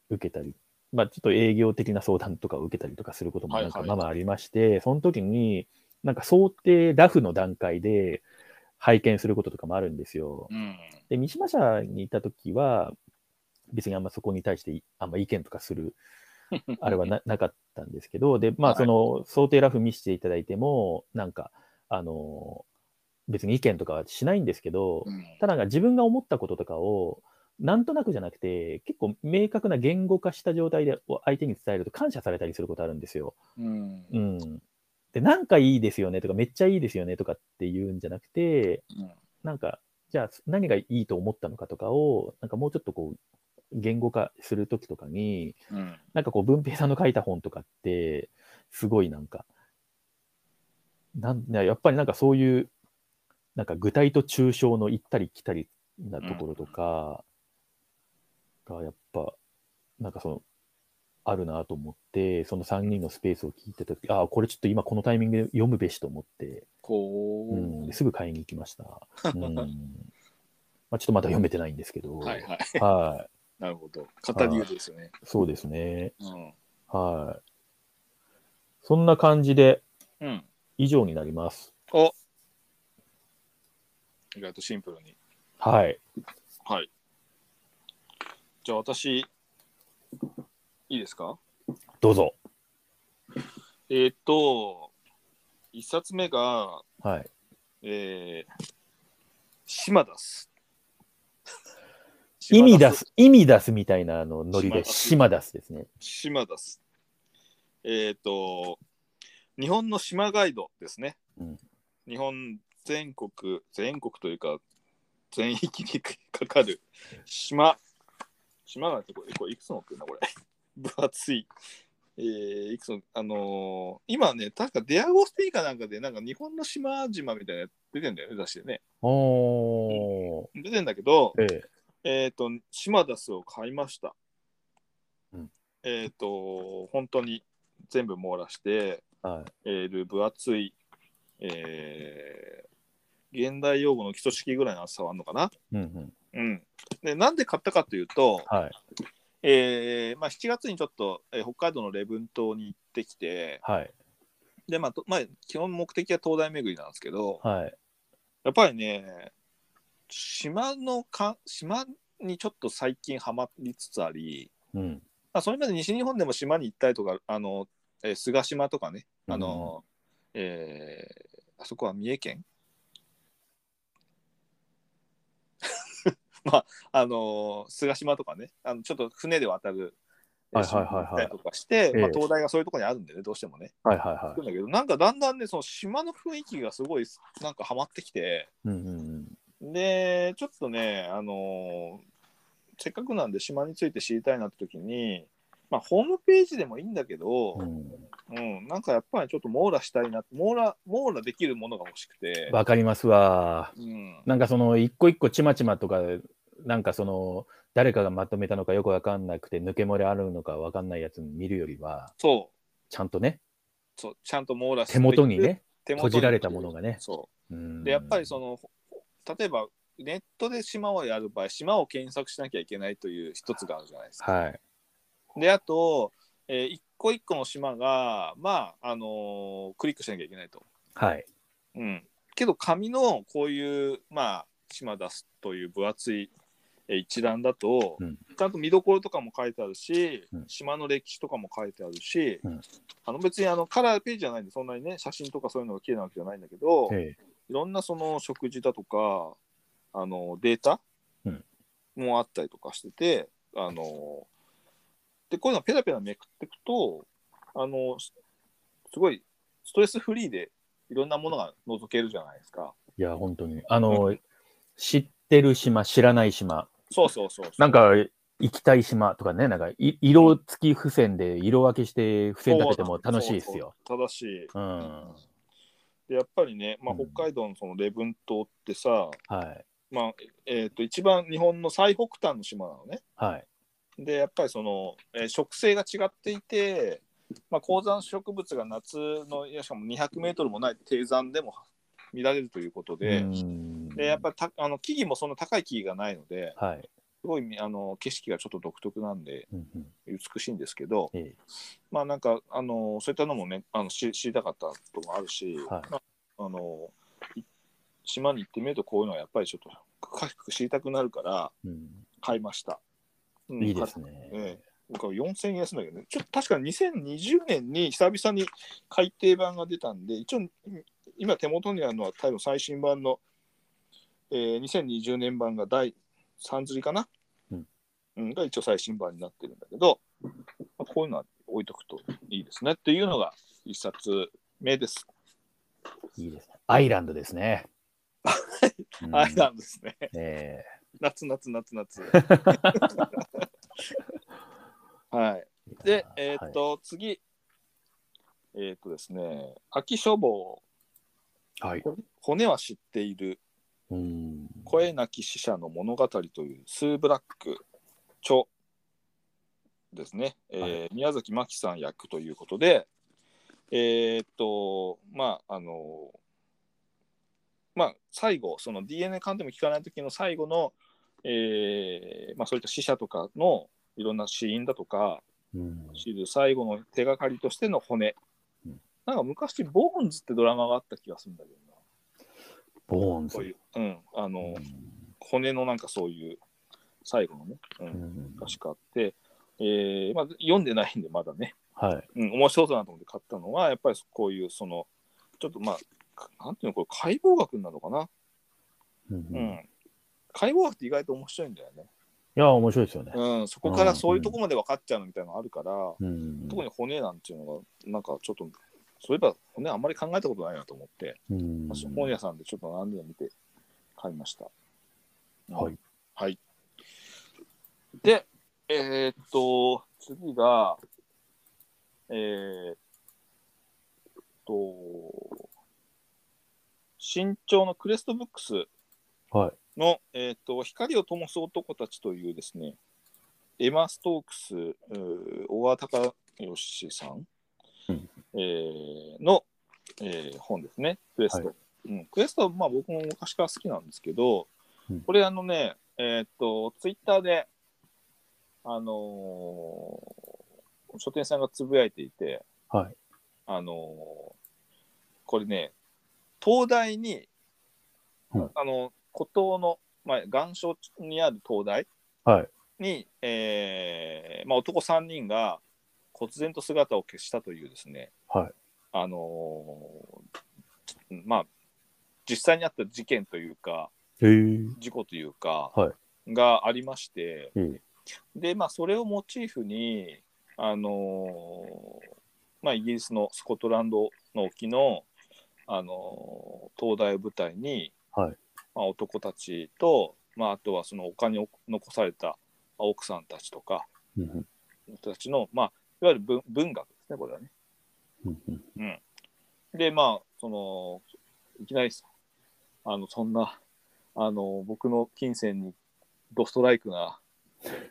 受けたり、まあちょっと営業的な相談とかを受けたりとかすることも
はい
な
は
ん
い
かまあまあありまして、その時に、なんか想定ラフの段階で拝見することとかもあるんですよ。
うん。
で、三島社にいた時は、別にあんまそこに対していあんま意見とか
[laughs]
するあれはななかったんですけど、で、まあ、
はい
その想定ラフ見せていただいても、なんか、あの、別に意見とかはしないんですけど
う、ん。
ただなんか自分が思ったこととかを、なんとなくじゃなくて、結構明確な言語化した状態でお相手に伝えると感謝されたりすることあるんですよ。
うん。
う
うん
ん。で、なんかいいですよねとか、めっちゃいいですよねとかっていうんじゃなくて、なんか、じゃあ何がいいと思ったのかとかを、なんかもうちょっとこう、言語化するときとかに、
うん。
なんかこう、文平さんの書いた本とかって、すごいなんか、なんなやっぱりなんかそういう、なんか具体と抽象の行ったり来たりなところとかが、やっぱ、なんかその、あるなと思って、その3人のスペースを聞いてた時、ああ、これちょっと今このタイミングで読むべしと思って、
こ
うん、すぐ買いに行きました。うんまあ、ちょっとまだ読めてないんですけど、
う。はいはい。
はい
なるほど。語り得ですよね。
そうですね。
うん。
はい。そんな感じで
うん。
以上になります。
お意外とシンプルに。
はい。
はい。じゃあ私、いいですか
どうぞ。
えーっと、一冊目が、
はい。
えー、島出す。
意味出す、意味出すみたいなあのノリで、
島
島出すですね。
島出す。えっ、と、日本の島ガイドですね。
うん
日本全国、全国というか、全域にかかる島。島がこれ、これいくつ持ってるんだ、これ。分厚いえーいくつも、あのー今ね、確かデアゴスティーカなんかで、なんか日本の島々みたいなやつ出てんだよね、出してね。
お
出てんだけど、
ー。え
えっ、と、島ダスを買いました。
うん
えっ、と、本当に全部網羅して、
え。はい。
えールー分厚い、えー現代用語の基礎式ぐらいの厚さはあるのかな。
うんうん。
うん。で、なんで買ったかというと、
はい。
えーまあ、7月にちょっと、えー北海道の礼文島に行ってきて、
はい。
で、まあ、とまあ、基本目的は灯台巡りなんですけど、
はい。
やっぱりね、島のか、島にちょっと最近ハマりつつあり、
うん。
まあ、それまで西日本でも島に行ったりとか、あの、えー菅島とかね、あの、えーあそこは三重県 [laughs] まあ、あの菅島とかね、あのちょっと船で渡る、えー
はいはいはいはい
島に行ったりとかして、まあ、
ええ
灯台がそういうところにあるんでね、どうしてもね。
はいはいは
行くんだけど、なんかだんだんね、その島の雰囲気がすごい、なんかハマってきて、
い。うんうんうん。
で、ちょっとね、あのーせっかくなんで島について知りたいなって時に、まあ、ホームページでもいいんだけど、
うん
うん、なんかやっぱりちょっと網羅したいな、網羅、網羅できるものが欲しくて、
わかりますわ。
うん、
なんかその一個一個ちまちまとか、なんかその誰かがまとめたのかよくわかんなくて抜け漏れあるのかわかんないやつ見るよりは、
そ
ちゃんとね、
う、そう、ちゃんと網羅して
手元にね、
手元に
閉じられたものがね。
そ
うん
う。で、やっぱりその、例えば、ネットで島をやる場合、島を検索しなきゃいけないという一つがあるじゃないですか。
はい。
で、あと、えー一個一個の島が、まあ、あのークリックしなきゃいけないと。
はい。
うん。けど、紙のこういう、まあ、島出すという分厚いえー一覧だと、
うん
ちゃんと見どころとかも書いてあるし、
うん
島の歴史とかも書いてあるし、
うん
あの別にあのカラーページじゃないんで、そんなにね、写真とかそういうのが綺麗なわけじゃないんだけど、
え
いろんなその食事だとか、あのデータ
うん
もあったりとかしてて、あのでこういうのペラペラめくっていくと、あのすすごいストレスフリーでいろんなものが覗けるじゃないですか。
いや、本当に。あの、知ってる島、知らない島、
そうそうそうそう
なんか行きたい島とかね、なんかい色付き付箋で色分けして付箋立てても楽しいですよ。
そうそう正しい。
うん。
でやっぱりね、まあ、
うん
北海道のその礼文島ってさ、
はい。
まあえー、と一番日本の最北端の島なのね。
はい。
でやっぱりその、えー植生が違っていて、まあ、高山植物が夏のいやしかも200メートルもない低山でも見られるということで,、
うん
でやっぱりたあの木々もそんな高い木々がないので
はい。
すごいあの景色がちょっと独特なんで
うんうん
美しいんですけど、
ええ
まあなんかあのそういったのもねあのし知りたかったこともあるし、
はい
まあ、あのい島に行ってみるとこういうのはやっぱりちょっと深く知りたくなるから
うん
買いました。うん
いいですね。
ええ僕は4000円するんだけどね、ちょっと確かに2020年に久々に改訂版が出たんで、一応、今手元にあるのは多分最新版の、えー、2020年版が第3釣りかな、
うん
うんが一応最新版になってるんだけど、まあ、こういうのは置いとくといいですねっていうのが一冊目です。
いいですね。アイランドで
[laughs]
すね。うん
あれなんですね。
え
夏夏夏
[laughs]
夏。はい。
え
で、えーっ、と、次。えーっ、とですね、秋書房、
はい。はい
骨は知っている、
うん
声なき死者の物語という、スー・ブラック著ですね、えー
は
宮崎真紀さん役ということで、えーっ、と、まあ、あの、まあ、最後、その DNA 鑑定も聞かない時の最後の、えーまあ、そういった死者とかのいろんな死因だとか、
うん
シリーズ最後の手がかりとしての骨
うん。
なんか昔、ボーンズってドラマがあった気がするんだけどな。
ボーンズ
そう。いう、うん、あの、
う
骨のなんかそういう、最後のね、うん、
うんん
確かあって、えーまあ、読んでないんで、まだね、
はい。
うん、面白そうだなと思って買ったのは、やっぱりこういう、その、ちょっとまあ、かなんていうの、これ、解剖学になるのかな。
う
うんん。
うんい
解剖学って意外と面白いんだよね。
や、面白いですよね。
うん、そこからそういうとこまで分かっちゃうのみたいなのあるから、
うん
特に骨なんていうのが、なんかちょっと、そういえば骨あんまり考えたことないなと思って、
うん
まあ本屋さんでちょっと何でも見て買いました。
はい。
はい。で、えーっと、次が、えー、と、新潮のクレストブックス
はい。
の、えー、と光を灯す男たちというですね、エマ・ストークス、うー小川隆義さん、
うん
えーの、えー本ですね、クエスト。
は
うん、クエストは、まあ、僕も昔から好きなんですけど、
うん
これあのね、えっと、ツイッターで、あのー書店さんがつぶやいていて、
はい。
あのーこれね、東大に、
うん
あの、孤島の、まあ、岩礁にある東大
はい。
に、えーまあ、男3人が忽然と姿を消したというですね、
はい
あのーまあ、実際にあった事件というか、
へえ。
事故というか、
は
がありまして、
ええ。
で、まあ、それをモチーフに、あのーまあ、イギリスのスコットランドの沖の、あのー東大を舞台に、
はい
まあ、男たちと、まあ、あとはその丘に残された奥さんたちとか
うんうん
人たちの、まあ、いわゆる文文学ですねこれはね。
うんうん
でまあそのいきなりあのそんなあの僕の金銭にドストライクな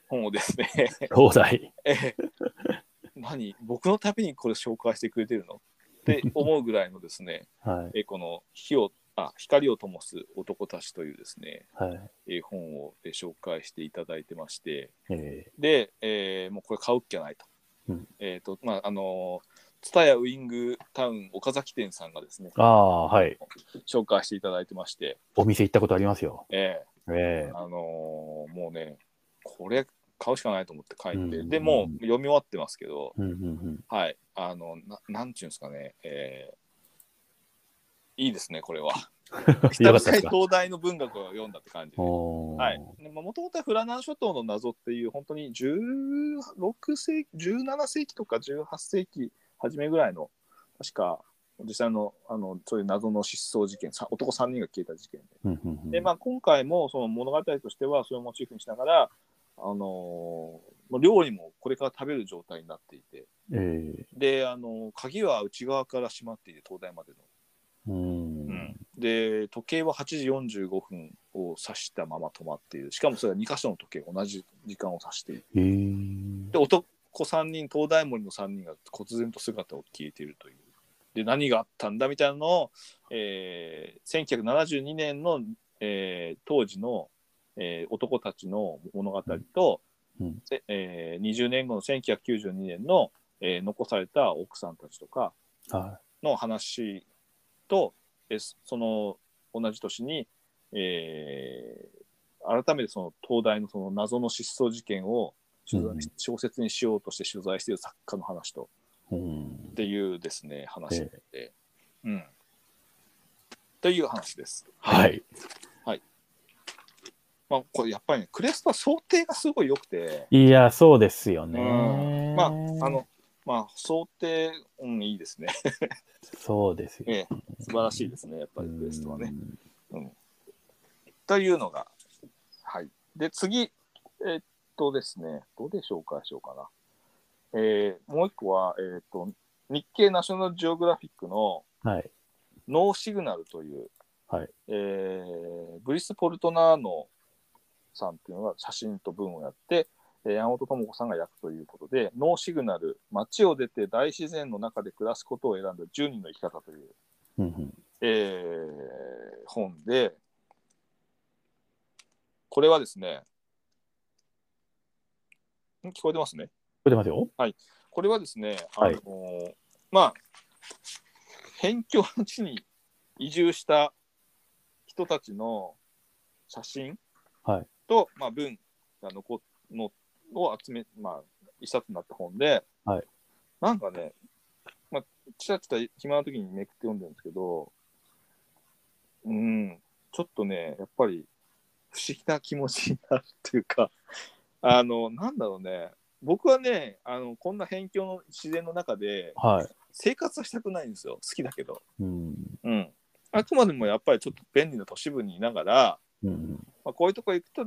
本をですね [laughs]
東大。
ええ、何僕のためにこれ紹介してくれてるのって思うぐらいのですね、
はい。
えこの火をあ光を灯す男たちというですね、
はい。
え本をえ紹介していただいてまして、
ええ。
で、えーもうこれ買うっきゃないと。
うん
えっ、と、まあ、あのー、蔦屋ウィングタウン岡崎店さんがですね、
ああ、はい。
紹介していただいてまして、
お店行ったことありますよ。
え
え
えあのーもうね、これ買うしかないと思って書いて、
うん
でもう読み終わってますけど、
え。うんうん
はい、あの、ななんちゅうんですかね、えーいいですね、これ
[laughs]
は。
うん。
久
よ
々に
かったですか。
東大の文学を読んだって感じで。
おお。
はい。でもともとはフラナン諸島の謎っていう、本当に16世紀、17世紀とか18世紀初めぐらいの、確か、実際の、あの、そういう謎の失踪事件、さ男3人が消えた事件で。
うんうんうん。
で、まあ、今回もその物語としては、それをモチーフにしながら、あのーもう料理もこれから食べる状態になっていて、
ええ。
で、あの鍵は内側から閉まっていて、東大までの。
うん。
で、時計は8時45分を指したまま止まっている。しかもそれは2箇所の時計、同じ時間を指している。
ええ。
で、男3人、東大森の3人が忽然と姿を消えているという。で、何があったんだみたいなのを、えー1972年の、えー当時の、えー男たちの物語と、
うんうん
でえー20年後の1992年の、えー残された奥さんたちとか、
は
の話と、えそその同じ年に、えー改めてその東大のその謎の失踪事件を取材し小説にしようとして取材している作家の話と
い。うん
っ。ていうですね話
え
で、うん、という話です。
はい。
まあ、これやっぱり、ね、クレストは想定がすごい良くて、
いや、そうですよね
うん。まああ、のまあ想定、うん、いいですね [laughs]
そうですよ。
ええ素晴らしいですねやっぱりクレストはね。
うん。
というのが、はい。で、次、えっとですね、どうで紹介しようかな。えーもう一個は、えっと、日経ナショナルジオグラフィックの
はい。
ノーシグナルという、
はい
えーブリス・ポルトナーノさんっていうのが写真と文をやって、えー山本智子さんが役ということで、ノーシグナル、街を出て大自然の中で暮らすことを選んだ10人の生き方という、
うんうん。
えー本で、これはですね、ん聞こえてますね。
出てますよ。
これはですね、あの
はい
まあ、辺境の地に移住した人たちの写真と、
はい
まあ、文が残のを集め、まあ、一冊になった本で、
はい
なんかね、まあ、ちらちら暇な時にめくって読んでるんですけど、うん、ちょっとね、やっぱり不思議な気持ちになるっていうか、 [laughs] あの、なんだろうね、僕はね、あのこんな辺境の自然の中で
は
生活はしたくないんですよ、好きだけど。
い。うん。
うん、あくまでもやっぱりちょっと便利な都市部にいながら、
うん。
まあ、こういうとこ行くと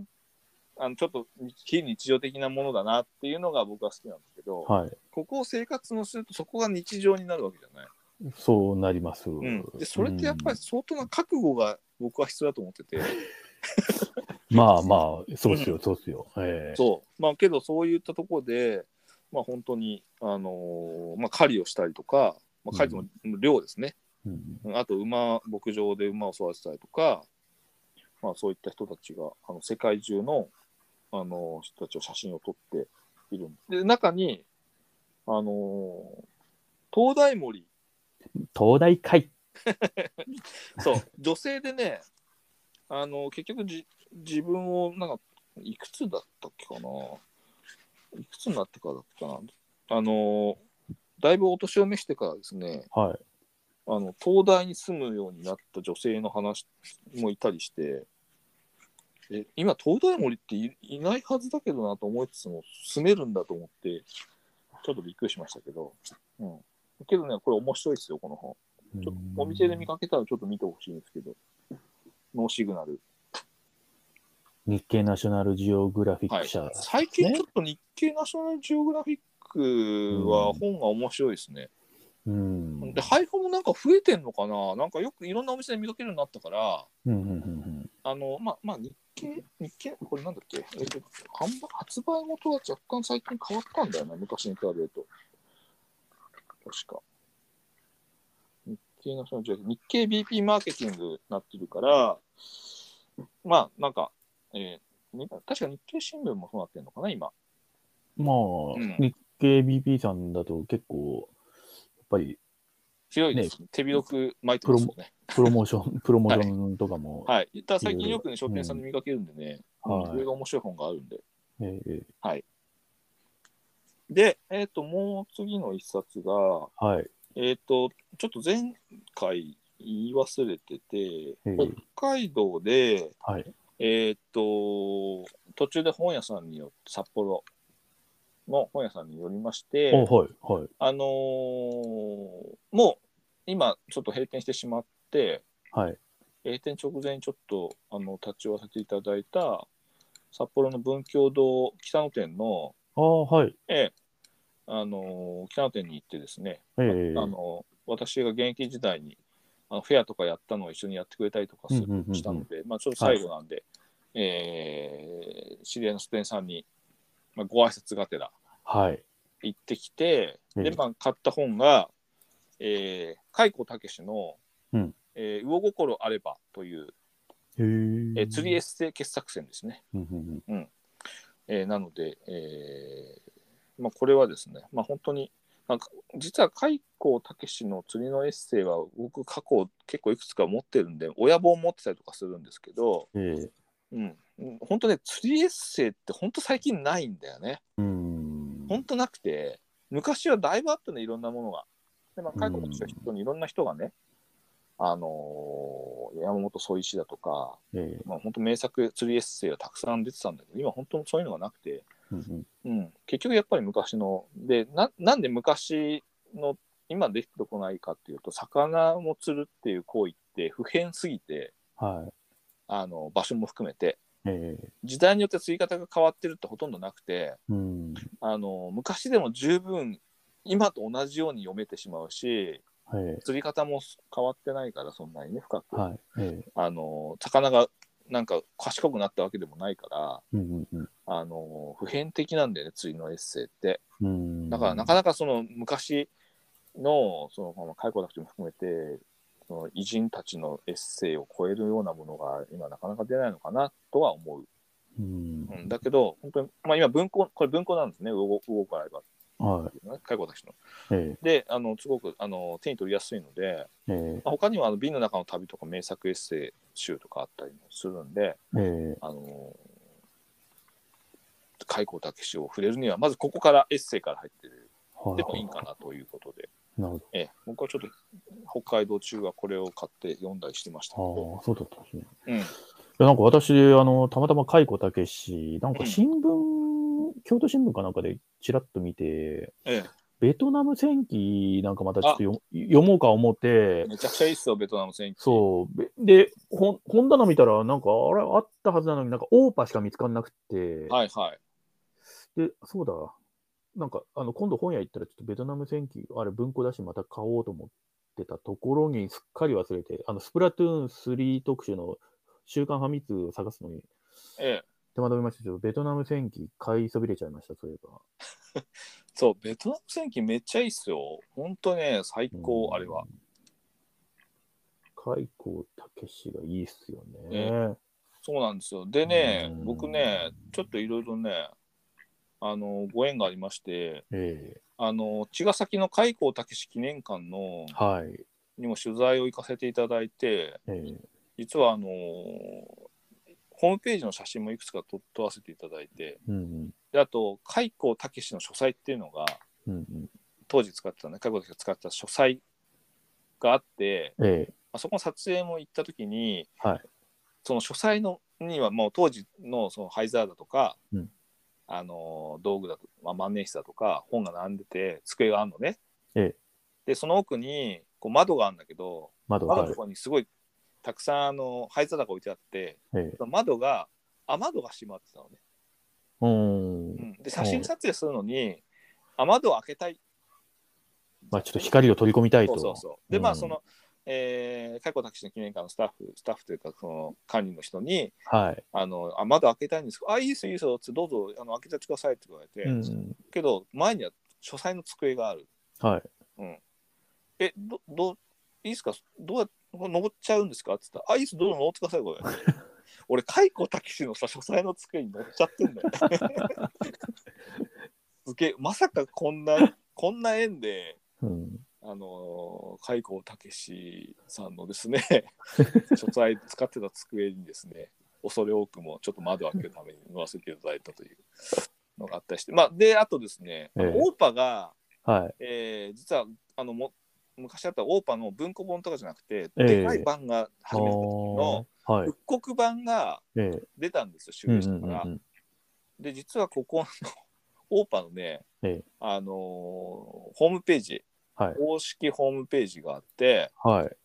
あのちょっと非日常的なものだなっていうのが僕は好きなんですけど、
はい。
ここを生活のするとそこが日常になるわけじゃない。
そうなります。
うん、でそれってやっぱり相当な覚悟が僕は必要だと思ってて、
うんまあまあ、そうっすよ、そうっすよ。ええ
そうまあけどそういったところで、まあ、本当に、あのーまあ、狩りをしたりとか、まあ、狩りの量ですね、
うん
あと馬牧場で馬を育てたりとか、まあ、そういった人たちがあの世界中の、あのー人たちを写真を撮っているんですで中に、あのー東大森
東大会。
そう、女性でね、あの結局じ、自分を、なんか、いくつだったっけかな、いくつになってからだったかな、あの、だいぶお年を召してからですね、
はい。
あの東大に住むようになった女性の話もいたりして、え今、東大森っていいないはずだけどなと思いつつも、住めるんだと思って、ちょっとびっくりしましたけど、うん。けどね、これ面白いですよ、この本。ちょっとお店で見かけたらちょっと見てほしいんですけど、ノーシグナル。
日経ナショナルジオグラフィッ
は
ク
い
社。、
最近ちょっと日経ナショナルジオグラフィックは本が面白いですね。
うん。うん
で、配布もなんか増えてんのかななんかよくいろんなお店で見かけるようになったから、
うんうんうん
あの、まあ、まあ、日経、日経、これなんだっけ、えっと、販売、発売元は若干最近変わったんだよね、昔に比べると。確か。日経のその、日経 BP マーケティングになってるから、まあ、なんか、えーに確か日経新聞もそうなってるのかな、今。
まあ、
うん
日経 BP さんだと結構、やっぱり
強いですね。手広く巻いてますよね。
プロモーション、プロモーションとかも、
はい。言ったら最近よくね、書店さんで見かけるんでね、
は
う
い
んいろいろ面白い本があるんで。
ええ
で、えっ、と、もう次の一冊が、
はい。
えっ、と、ちょっと前回言い忘れてて、
ええ
北海道で、
はい。
えっ、と、途中で本屋さんによって、札幌の本屋さんによりまして、
おはい、はい。
あのーもう今ちょっと閉店してしまって、
はい。
閉店直前にちょっとあの立ち寄らせていただいた札幌の文教堂北野店の、
ああ、はい。
ええあのー北野店に行ってですね、
ええ
あの私が現役時代にあのフェアとかやったのを一緒にやってくれたりとかす
うんうんうんうん
したので、まあ、ちょっと最後なんで、えー知り合いの書店さんに、まあ、ご挨拶がてら
はい。
行ってきて、
ええ
で、まあ、買った本が、えー、蚕子武史の、
うん
えー魚心あれば」という、
へえ
えー釣りエッセイ傑作選ですね。
うんうん
えーなので、えーまあ、これはですね、まあ、本当に、まあ、か実は海光武史の釣りのエッセイは僕過去結構いくつか持ってるんで親棒持ってたりとかするんですけど、
うん。ええ
うん、うん本当ね釣りエッセイって本当最近ないんだよね
うん。
本当なくて昔はだいぶあったねいろんなものが。でまあ、海光武史を筆頭にいろんな人がね、あのー山本宗一だとか、
ええ
まあ、本当名作釣りエッセイがたくさん出てたんだけど今本当そういうのがなくて。
うんうん
うん、結局やっぱり昔のでななんで昔の今できてこないかっていうと魚を釣るっていう行為って普遍すぎて
はい。
あの場所も含めて
ええ
時代によって釣り方が変わってるってほとんどなくて
うん。
あの昔でも十分今と同じように読めてしまうし
え
釣り方も変わってないからそんなにね深
え
く、
はい。ええ
あの魚がなんか賢くなったわけでもないから
うんうんうん
あの普遍的なんだよね釣りのエッセイって。
うん。
だからなかなかその昔のそのまあ解雇だけも含めてその偉人たちのエッセイを超えるようなものが今なかなか出ないのかなとは思う。
うん
う。ん、だけど本当に、まあ、今文庫これ文庫なんですね動動くあればっ
は
ていうのね解雇だけの。
い。え
であのすごくあの手に取りやすいので
ええ
まあ他にはあの瓶の中の旅とか名作エッセイ集とかあったりもするんで
ええ
あの解雇だけを触れるにはまずここからエッセイから入ってる
は
でもいいかなということで。
なる
ええ、僕はちょっと北海道中はこれを買って読んだりしてましたけど、
ほど。ああ、そうだったんですね。
うん、
いやなんか私、あの、たまたま解雇たけし、なんか新聞、京都新聞かなんかでちらっと見て、
え
ベトナム戦記なんかまたちょっと読読もうか思って
え、、めちゃくちゃいいっすよ、ベトナム戦記。
そう、べで、ほ本棚見たら、なんかあれあったはずなのになんかオーパしか見つからなくて、
はいはい。
で、そうだ、なんか、あの、今度本屋行ったら、ちょっとベトナム戦記、あれ文庫だし、また買おうと思ってたところに、すっかり忘れて、あの、スプラトゥーン3特集の週刊ファミ通を探すのに
ええ、
手間取りましたけど、ベトナム戦記買いそびれちゃいました、そういえば。
そう、ベトナム戦記めっちゃいいっすよ。ほんとね、最高、
うん
あれは。。
開口武志がいいっすよね。
えそうなんですよ。でね
う、ん
僕ね、ちょっといろいろね、あの、ご縁がありまして、
え
あの、茅ヶ崎の開港武志記念館の
えはい。
にも取材を行かせていただいて、
ええ
実はあの、ホームページの写真もいくつか撮撮らせていただいて、
うん
であと、開口武志の書斎っていうのが、
うん。うんうん。
当時使ってたね、開口武志が使ってた書斎があって、
ええ
あそこの撮影も行った時に、
はい
その書斎のにはもう当時のそのハイザーだとか、
うん
あのー道具だと、まあ、万年筆だとか本が並んでて机があるのね。
ええ
でその奥にこう窓があるんだけど
窓
窓
があ
のと
る。
こにすごいたくさんあの灰皿が置いてあって
ええ
その窓が雨戸が閉まってたのね。
うー。
うんん、で写真撮影するのに雨戸を開けたい
まあ、ちょっと光を取り込みたい
そ
と。
うそうそう。で、ま
う
あ、
ん
その、えー、解雇タクシーの記念館のスタッフ、スタッフというか、その管理の人に、
はい。
あの、あ窓開けたいんですかあ、いいですよ、いいですよ、つってどうぞ、あの、開けちゃってくださいって言われて、
うん。
けど、前には書斎の机がある。
はい。
え、ど、どう、いいですかどうや登っちゃうんですかって言ったら、あ、いいです、どうぞ登ってください、これ。
[laughs]
俺、解雇タクシーのさ、書斎の机に乗っちゃってんだよ。 [laughs] すげえ、まさかこんな、こんな縁で、
うん。
あのー、開口武志さんのですね [laughs] 書斎使ってた机にですね恐れ多くもちょっと窓を開けるために乗らせていただいたというのがあったりしてまあであとですね、
ええ
オーパが、
はい。
えー実はあのも昔あったオーパの文庫本とかじゃなくて、
ええ
でかい版が初めての
あーはい。
復刻版が
ええ
出たんですよ
うん
修行し
うんう
た
ん
から。
うん。
で実はここの [laughs] オーパのね、
ええ
あのーホームページ
はい。
公式ホームページがあって、
はい。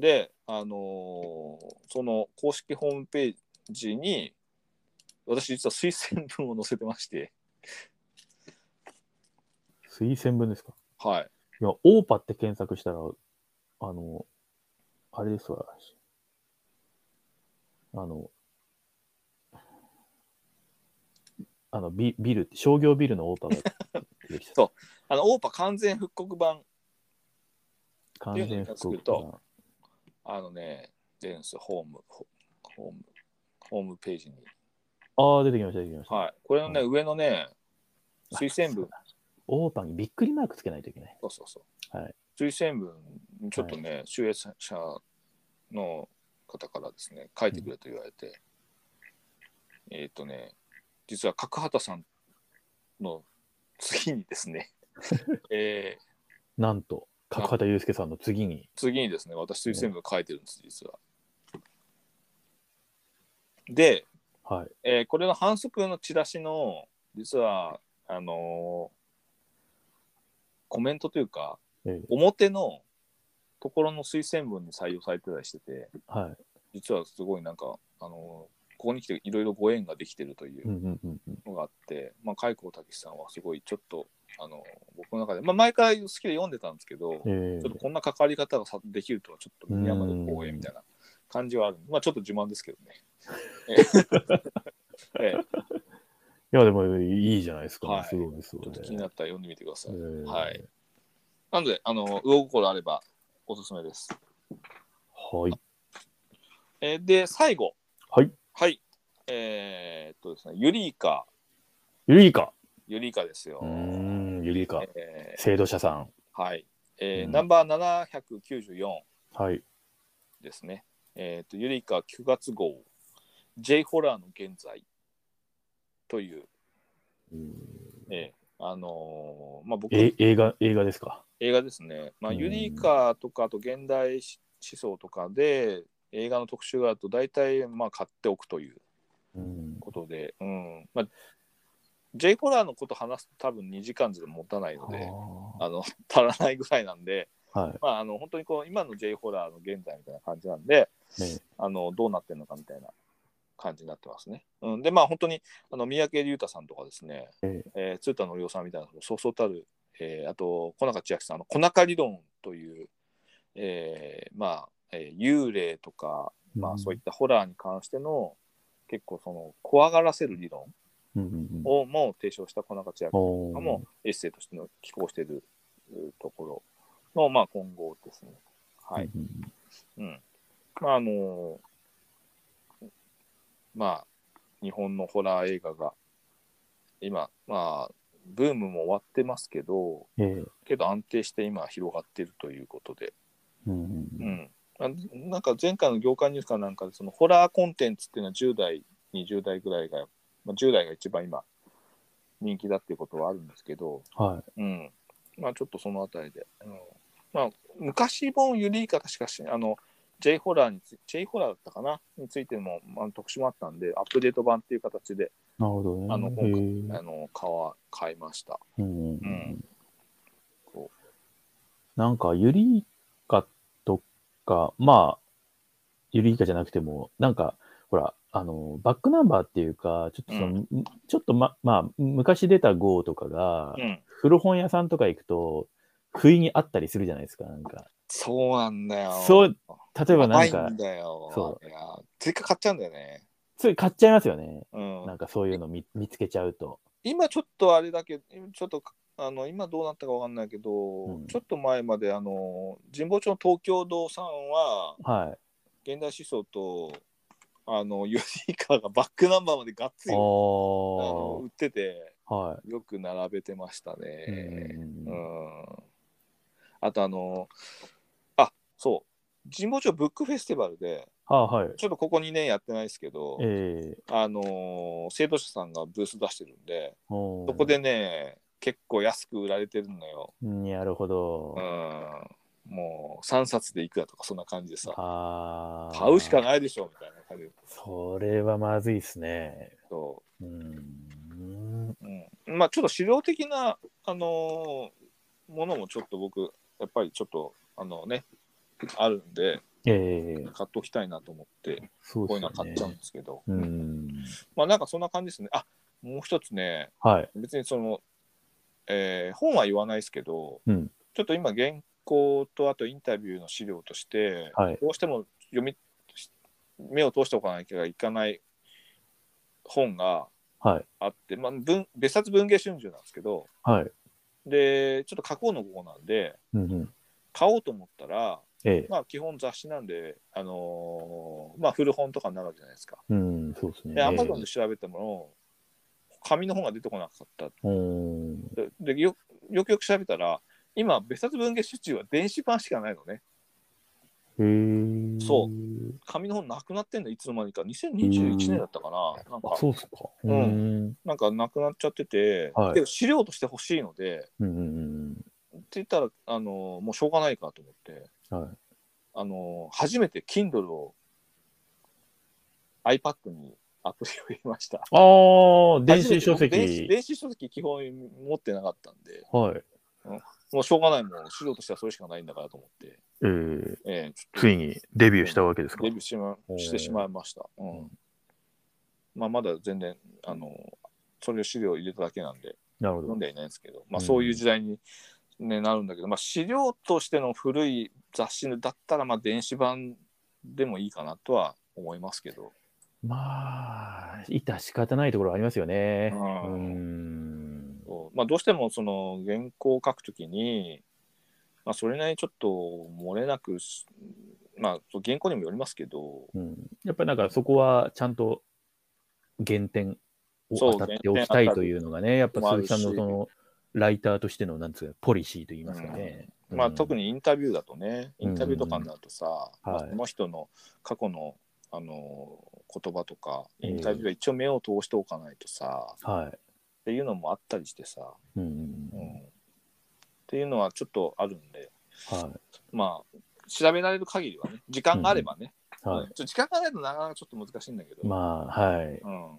で、あのーその公式ホームページに、私実は推薦文を載せてまして、
推薦文ですか。
はい。
いや、オーパって検索したら、あの、あれですわ。あの、あのビビルって、商業ビルのオーパが出てき
[laughs]
た
そうあの、オーパ完全復刻版、
完
っていう
全
のを
復刻
検索あのね、出るんですよ、ホーム、ホホーム、ホームページに。
ああ、出てきました、出てきました。
はい。これのね、上のね、推薦文、
オーパにびっくりマークつけないといけない。
そうそうそう。
はい
推薦文、ちょっとね、集英者の方からですね、書いてくれと言われて、えーっ、とね、実は角畑さんの次にですね、えー
なんと、角畑祐介さんの次に。
次にですね、私推薦文書いてるんです、実は。で、
はい。
えーこれの反則のチラシの、実は、あのーコメントというか、
ええ
表のところの推薦文に採用されてたりしてて、
は
実はすごいなんか、あのここに来ていろいろご縁ができてるとい
い。うん
う
うんうんうん。
のがあって、まあ、開口武さんはすごいちょっと、あの僕の中で、まあ、前から好きで読んでたんですけど、ちょ
ええ
っとこんな関わり方がさできるとはちょっと宮まで光栄みたいな感じはある。まあ、ちょっと自慢ですけど
[laughs]
ね。えええ
いや、でもいいじゃないですか、
はい
すごいです
えちょ
ご
っ
い
と気になったら読んでみてください。
ええ
はい。なので、あの、魚心あればおすすめです。
はい。
えーで、最後。
はい。
はい。えーっとですね、ユリイカ、
ユリイカ。
ユリイカですよ
う。ーん、ユリイカ。
え
制度者さん。
ーはい。えー
うん
ナンバー794
はい。
ですね。えーっと、ユリイカ9月号、J ホラーの現在という、えーあのーまあ、僕、
え映画、映画ですか。
映画ですね。まあ、
うん
ユリイカとか、あと現代し思想とかで、映画の特集があると、大体、まあ、買っておくという。
うん。
ことで、うんまあ、J コラーのこと話すと多分2時間ずつ持たないので、
は
あの [laughs] 足らないぐらいなんで、
い。
まあ、あの本当にこう今の J ホラーの現在みたいな感じなんで、
ね
あのどうなってるのかみたいな感じになってますね。うん、でまあ本当にあの三宅龍太さんとかですね、
え
えー、鶴田のりさんみたいなそうそうたる、えーあと小中千秋さんあの小中理論という、えーまあ、えー幽霊とか、まあ、そうい
い
ったホラーに関しての、結構その怖がらせる理論
うんうん
をも提唱した小中千秋さんと
おー
かもエッセイとしての寄稿しているうところの、まあ、今後ですね。はい、
うんうん
うん。まあ、あのまあ、日本のホラー映画が、今、まあ、ブームも終わってますけど、
ええ
けど安定して今広がってるということで、
うんうんう
うんん。あなんか前回の業界ニュースかなんかで、そのホラーコンテンツっていうのは10代、20代ぐらいが、まあ、10代が一番今、人気だっていうことはあるんですけど、
は
うん。まあちょっとそのあたりで。うん、まあ昔本ユリイカ確かし、あの、J ホラーにつ、J ホラーだったかなについても、まあ、特集もあったんで、アップデート版っていう形で、
い。なるほどね。
あの
へ
今回
え
あの、買わ、買いました。
うんうんう
うんん。こ
なんか、ユリイカとか、まあ、ユリイカじゃなくても、なんか、ほら、あの、バックナンバーっていうか、ちょっとその、
う
ちょっとま、まあ、昔出た号とかが、
う。うん。
古本屋さんとか行くと、不意にあったりするじゃないですか、なんか。
そうなんだよ。
そう、例えばなん
甘
か
いん、だよ。
そ
いや、追加買っちゃうんだよね。
つい買っちゃいますよね。
う
なん
ん。
かそういうの見見つけちゃうと。
今ちょっとあれだけど、今ちょっと、あの今どうなったかわかんないけど、
うん
ちょっと前まであの神保町の東京堂さんは
は
現代思想とあのユリカがバックナンバーまでがっつ
い。
りあ
ああ
の売ってて
は
よく並べてました
い。
ね。
うん
う
うんうん
んあとあのあそう神保町ブックフェスティバルで
あはい。
ちょっとここ2年やってないですけど、
ええ
あの生徒者さんがブース出してるんで
おー
そこでね結構安く売られてるのよ。
なるほど
う。んもう3冊でいくらとかそんな感じでさ
ああ。
買うしか
い。
ないでしょみたいな感じで
それはまずいですね。
そう
うーん。
うん、まあちょっと資料的な、あのーものもちょっと僕やっぱりちょっとあのねあるんで
ええ
買っときたいなと思って
そう
こうい
で
う
す
のは買っ
よ
ちゃうん
ね
で。すけど
うん。
まあなんかそんな感じですねあもう一つね
はい。
別にその、えー本は言わないですけど、
うん
ちょっと今原稿とあとインタビューの資料として、
はい。
どうしても読み目を通しておかなきゃいけない本が
はい。
あって、まあ、文別冊文芸春秋なんですけど、
はい。
で、ちょっと書こうの号なんで、
うんうん。
買おうと思ったら、
ええ
まあ基本雑誌なんで、あのーまあ古本とかになるわけじゃないですか。
うん、そうですね。
で、
ええ
Amazon で調べても、紙の本が出てこなかった。
うーん。
で、でよよくよく調べたら、今、別冊文芸集中は電子版しかないのね。
へえ。。
そう紙の本なくなってんの、いつの間にか。2021年だったかな。なん
あ、
か、
そうっすか。
うん
うん。
なんかなくなっちゃってて、
はい
けど資料として欲しいので、
うんうん
って言ったら、あのーもうしょうがないかと思って。
うん。はい。
あの初めて Kindle を iPad にアプリを入れました。
ああ、電子書
初めて電子
籍。
電子書籍基本持ってなかったんで、
はい。
もうしょうがないもん、資料としてはそれしかないんだからと思って、
ええ。
ええちょっ
ついにデビューしたわけです
と
か
デビューし,、ま、してしまいました。うんまあ、まだ全然、あのそれを資料入れただけなんで、
なるほ
読
ど
ん。ではいないんですけど、まあ、
うん
そういう時代に、ね、なるんだけど、まあ、資料としての古い雑誌だったら、まあ、電子版でもいいかなとは思いますけど。
まあ、いた仕方ないところはありますよね。う
う
ー
ん
ん。
そうまあ、どうしてもその原稿を書くときに、まあ、それなりにちょっと漏れなくし、まあ、そう原稿にもよりますけど、
うん、やっぱりなんかそこはちゃんと原点を
そう
当たっておきたいというのがね、やっぱ
もあ
鈴
る
木
し
さんのそのライターとしてのなんつうかポリシーといいますかね。
まあ、特
に。
にインタビューだとね、インタビューとかになるとさ、
うん
まあ
はい
その人の過去のあの言葉とか、
ええ
インタビューは一応目を通しておかないとさ、っ
は
ていうのもあったりしてさ、
い。うんう
うん、
うんん。
っていうのはちょっとあるんで、
は
まあ、調べられる限りはね、時間があればね、
い。
う
は
んちょ時間がないとなかなかちょっと難しいんだけど。
い。まあ、はい。
うんっ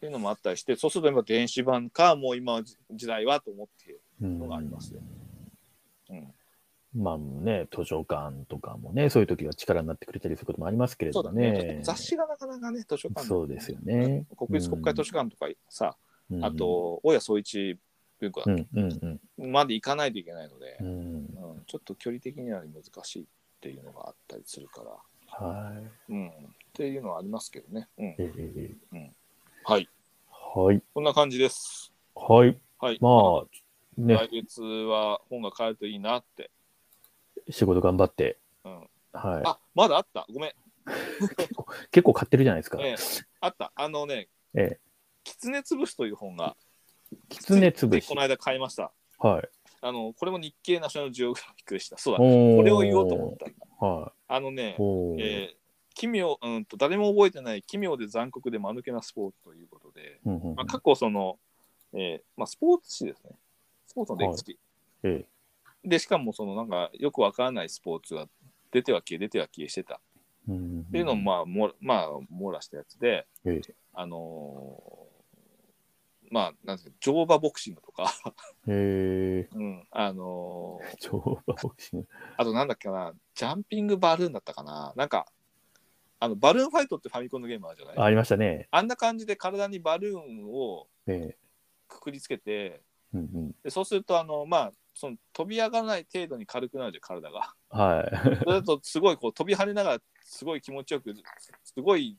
ていうのもあったりして、そうすると今電子版か、もう今の時代はと思っている
うん
のがありますよ。うん
まあね、図書館とかもね、そういう時は力になってくれたりすることもありますけれ
そ
ど
うだ
も
ね。ちょっ
ね
と。雑誌がなかなかね、図書館
そうですよね。
国立国会図書館とかさ、
うん
あ、と、大谷総一文化
うんうん
まで行かないといけないので
うんう、ん。
うんちょっと距離的には難しいっていうのがあったりするから、
はい。
うん、っていうのはありますけどね。うん、
えー
はい、
はい。
こんな感じです。
はい。
はい、
まあ、ね、
来月は本が買えるといいなって。
仕事頑張って。
うん
は
あまだあった、ごめん、
い。結構買ってるじゃないですか。
ええあった、あのね、
ええ
きつねつぶしという本が、
きつねつぶ
つい
し
こ。の間買いました。
はい。
あのこれも日経ナショナルジオグラフィックでした。そうだ、こ
こ
れを言おうと思ったんだ。
た。は
あのね
い。、おー
えー奇妙うんと、誰も覚えてない奇妙で残酷で間抜けなスポーツということで、
うんうんうん
まあ、過去その、えーまあ、スポーツ紙ですね。スポーツの歴史。
え
で、しかもそのなんかよくわからないスポーツが出ては消え、出ては消えしてた。
え
っ
ん
ていうのをまあ、もらまあ、網羅したやつで、
え
あのーまあ、なんていうか乗馬ボクシングと
[laughs]
か、
ええ
うん、あのー
え乗馬ボクシング。
あとなんだっけな、ジャンピングバルーンだったかな。なんか、あのバルーンファイトってファミコンのゲームあるじゃない
ありましたね。
あんな感じで体にバルーンを
ええ
くくりつけて、
うんうん。
でそうすると、あの、まあ、その飛び上がらない程度に軽くなるで体
[laughs]
が。
はい。
それだとすごいこう飛び跳ねながら、すごい気持ちよく、すごい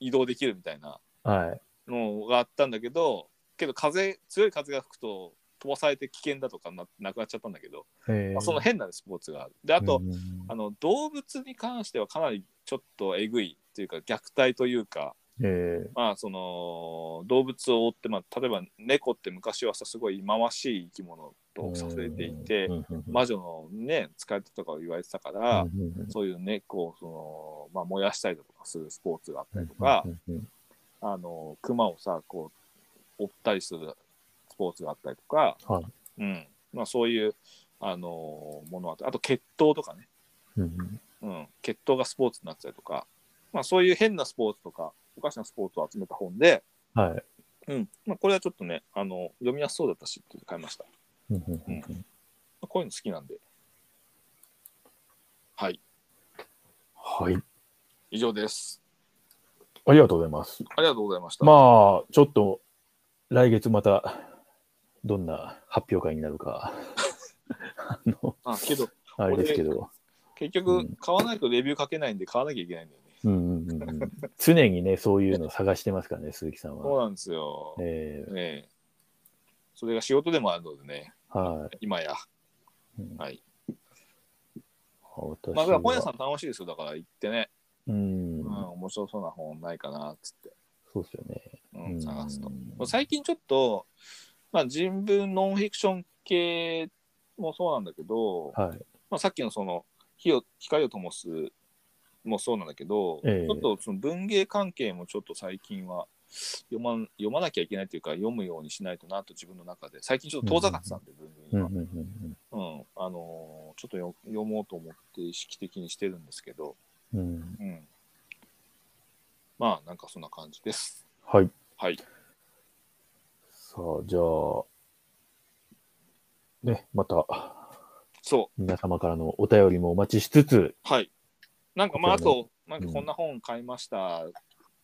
移動できるみたいな
はい。
のがあったんだけど、けど風、強い風が吹くと飛ばされて危険だとかななくなっちゃったんだけど、
ええ
まあ、その変なスポーツがある。で、あと、
うんうん
あの動物に関してはかなりちょっとえぐいというか虐待というか、
ええ
まあ、その動物を追って、まあ、例えば猫って昔はさすごい忌まわしい生き物とさせていて
うんうんうんうん
魔女のね使い手とかを言われてたから、
うんうんうん
そういう猫をその、まあ、燃やしたりだとかするスポーツがあったりとか、
うんうんうん
あの熊をさこう追ったりするスポーツがあったりとか、
はい
うんまあ、そういうあのものあったあと決闘とかね
うんうん
うん、決闘がスポーツになってたりとか、まあ、そういう変なスポーツとかおかしなスポーツを集めた本で、
はい。
うんまあ、これはちょっとねあの読みやすそうだったしっていうの買いました、ま
うんうんうんうん
あこういうの好きなんではい
はい。
以上です
ありがとうございます。
ありがとうございました、
まあ、ちょっと、来月また、どんな発表会になるか、あの、
あ、けど
あれですけど、
結
う
局
ん
買わないとレビュー書けないんで買わなきゃいけないんだよね、
うんうんうんうん、常にね、そういうのを探してますからね、鈴木さん
そう
は。
なんですよ、ね
えー
えそれが仕事でもあるのでね
はい。
今や
うん
はい
私
まあだから本屋さ
は、
ん楽しいですよだから行ってね、
うん
うん、、面白そうな本ないかなっつって、
そうですよね。
う
うん
ん、探すと。
うん
最近ちょっと、まあ、人文ノンフィクション系もそうなんだけど、
はい。
まあ、さっきのその火を光を灯すもそうなんだけど、
ええ
ちょっとその文芸関係もちょっと最近は読まん読まなきゃいけないというか読むようにしないとなと自分の中で最近ちょっと遠ざかってたんで文芸
うん
に
う
は
んうんうん
うんあのーちょっとよ読もうと思って意識的にしてるんですけど、
うん
うん、まあなんかそんな感じです。
はい。
はい、
さあ、じゃあ、ね、また、
そう
皆様からのお便りもお待ちしつつ、
はい。なんかまあ、あ
こちらの
と、なんかこんな本買いました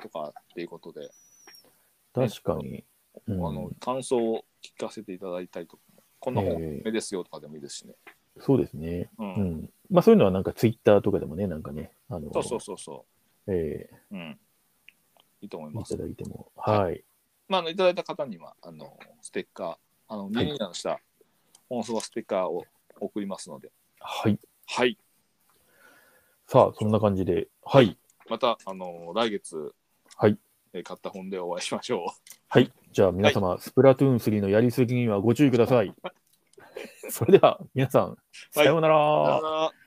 とかっていうことで、
確かに、うん
あの感想を聞かせていただいたりとか、こんな本おすすめですよとかでもいいですしね。
そうですね。
う。
うんん。まあそういうのはなんかツイッターとかでもね、なんかね、あの、
そうそうそうそ
え
う。うん。いいと思い
ー
ま
いた
す。
だいても、
はい
はい。
まあ、あのいただいた方には、あの、ステッカー、あの、
い
ミニナのした音送ステッカーを送りますので、
はい。
はい。
さあ、そんな感じで、はい。
また、あの、来月、
はい。
えー買った本でお会いしましょ
はい。じゃあ皆様、スプラトゥーン3のや
[laughs]
りすぎにはご注意ください。それでは、皆さん、さようなら。
う。さよなら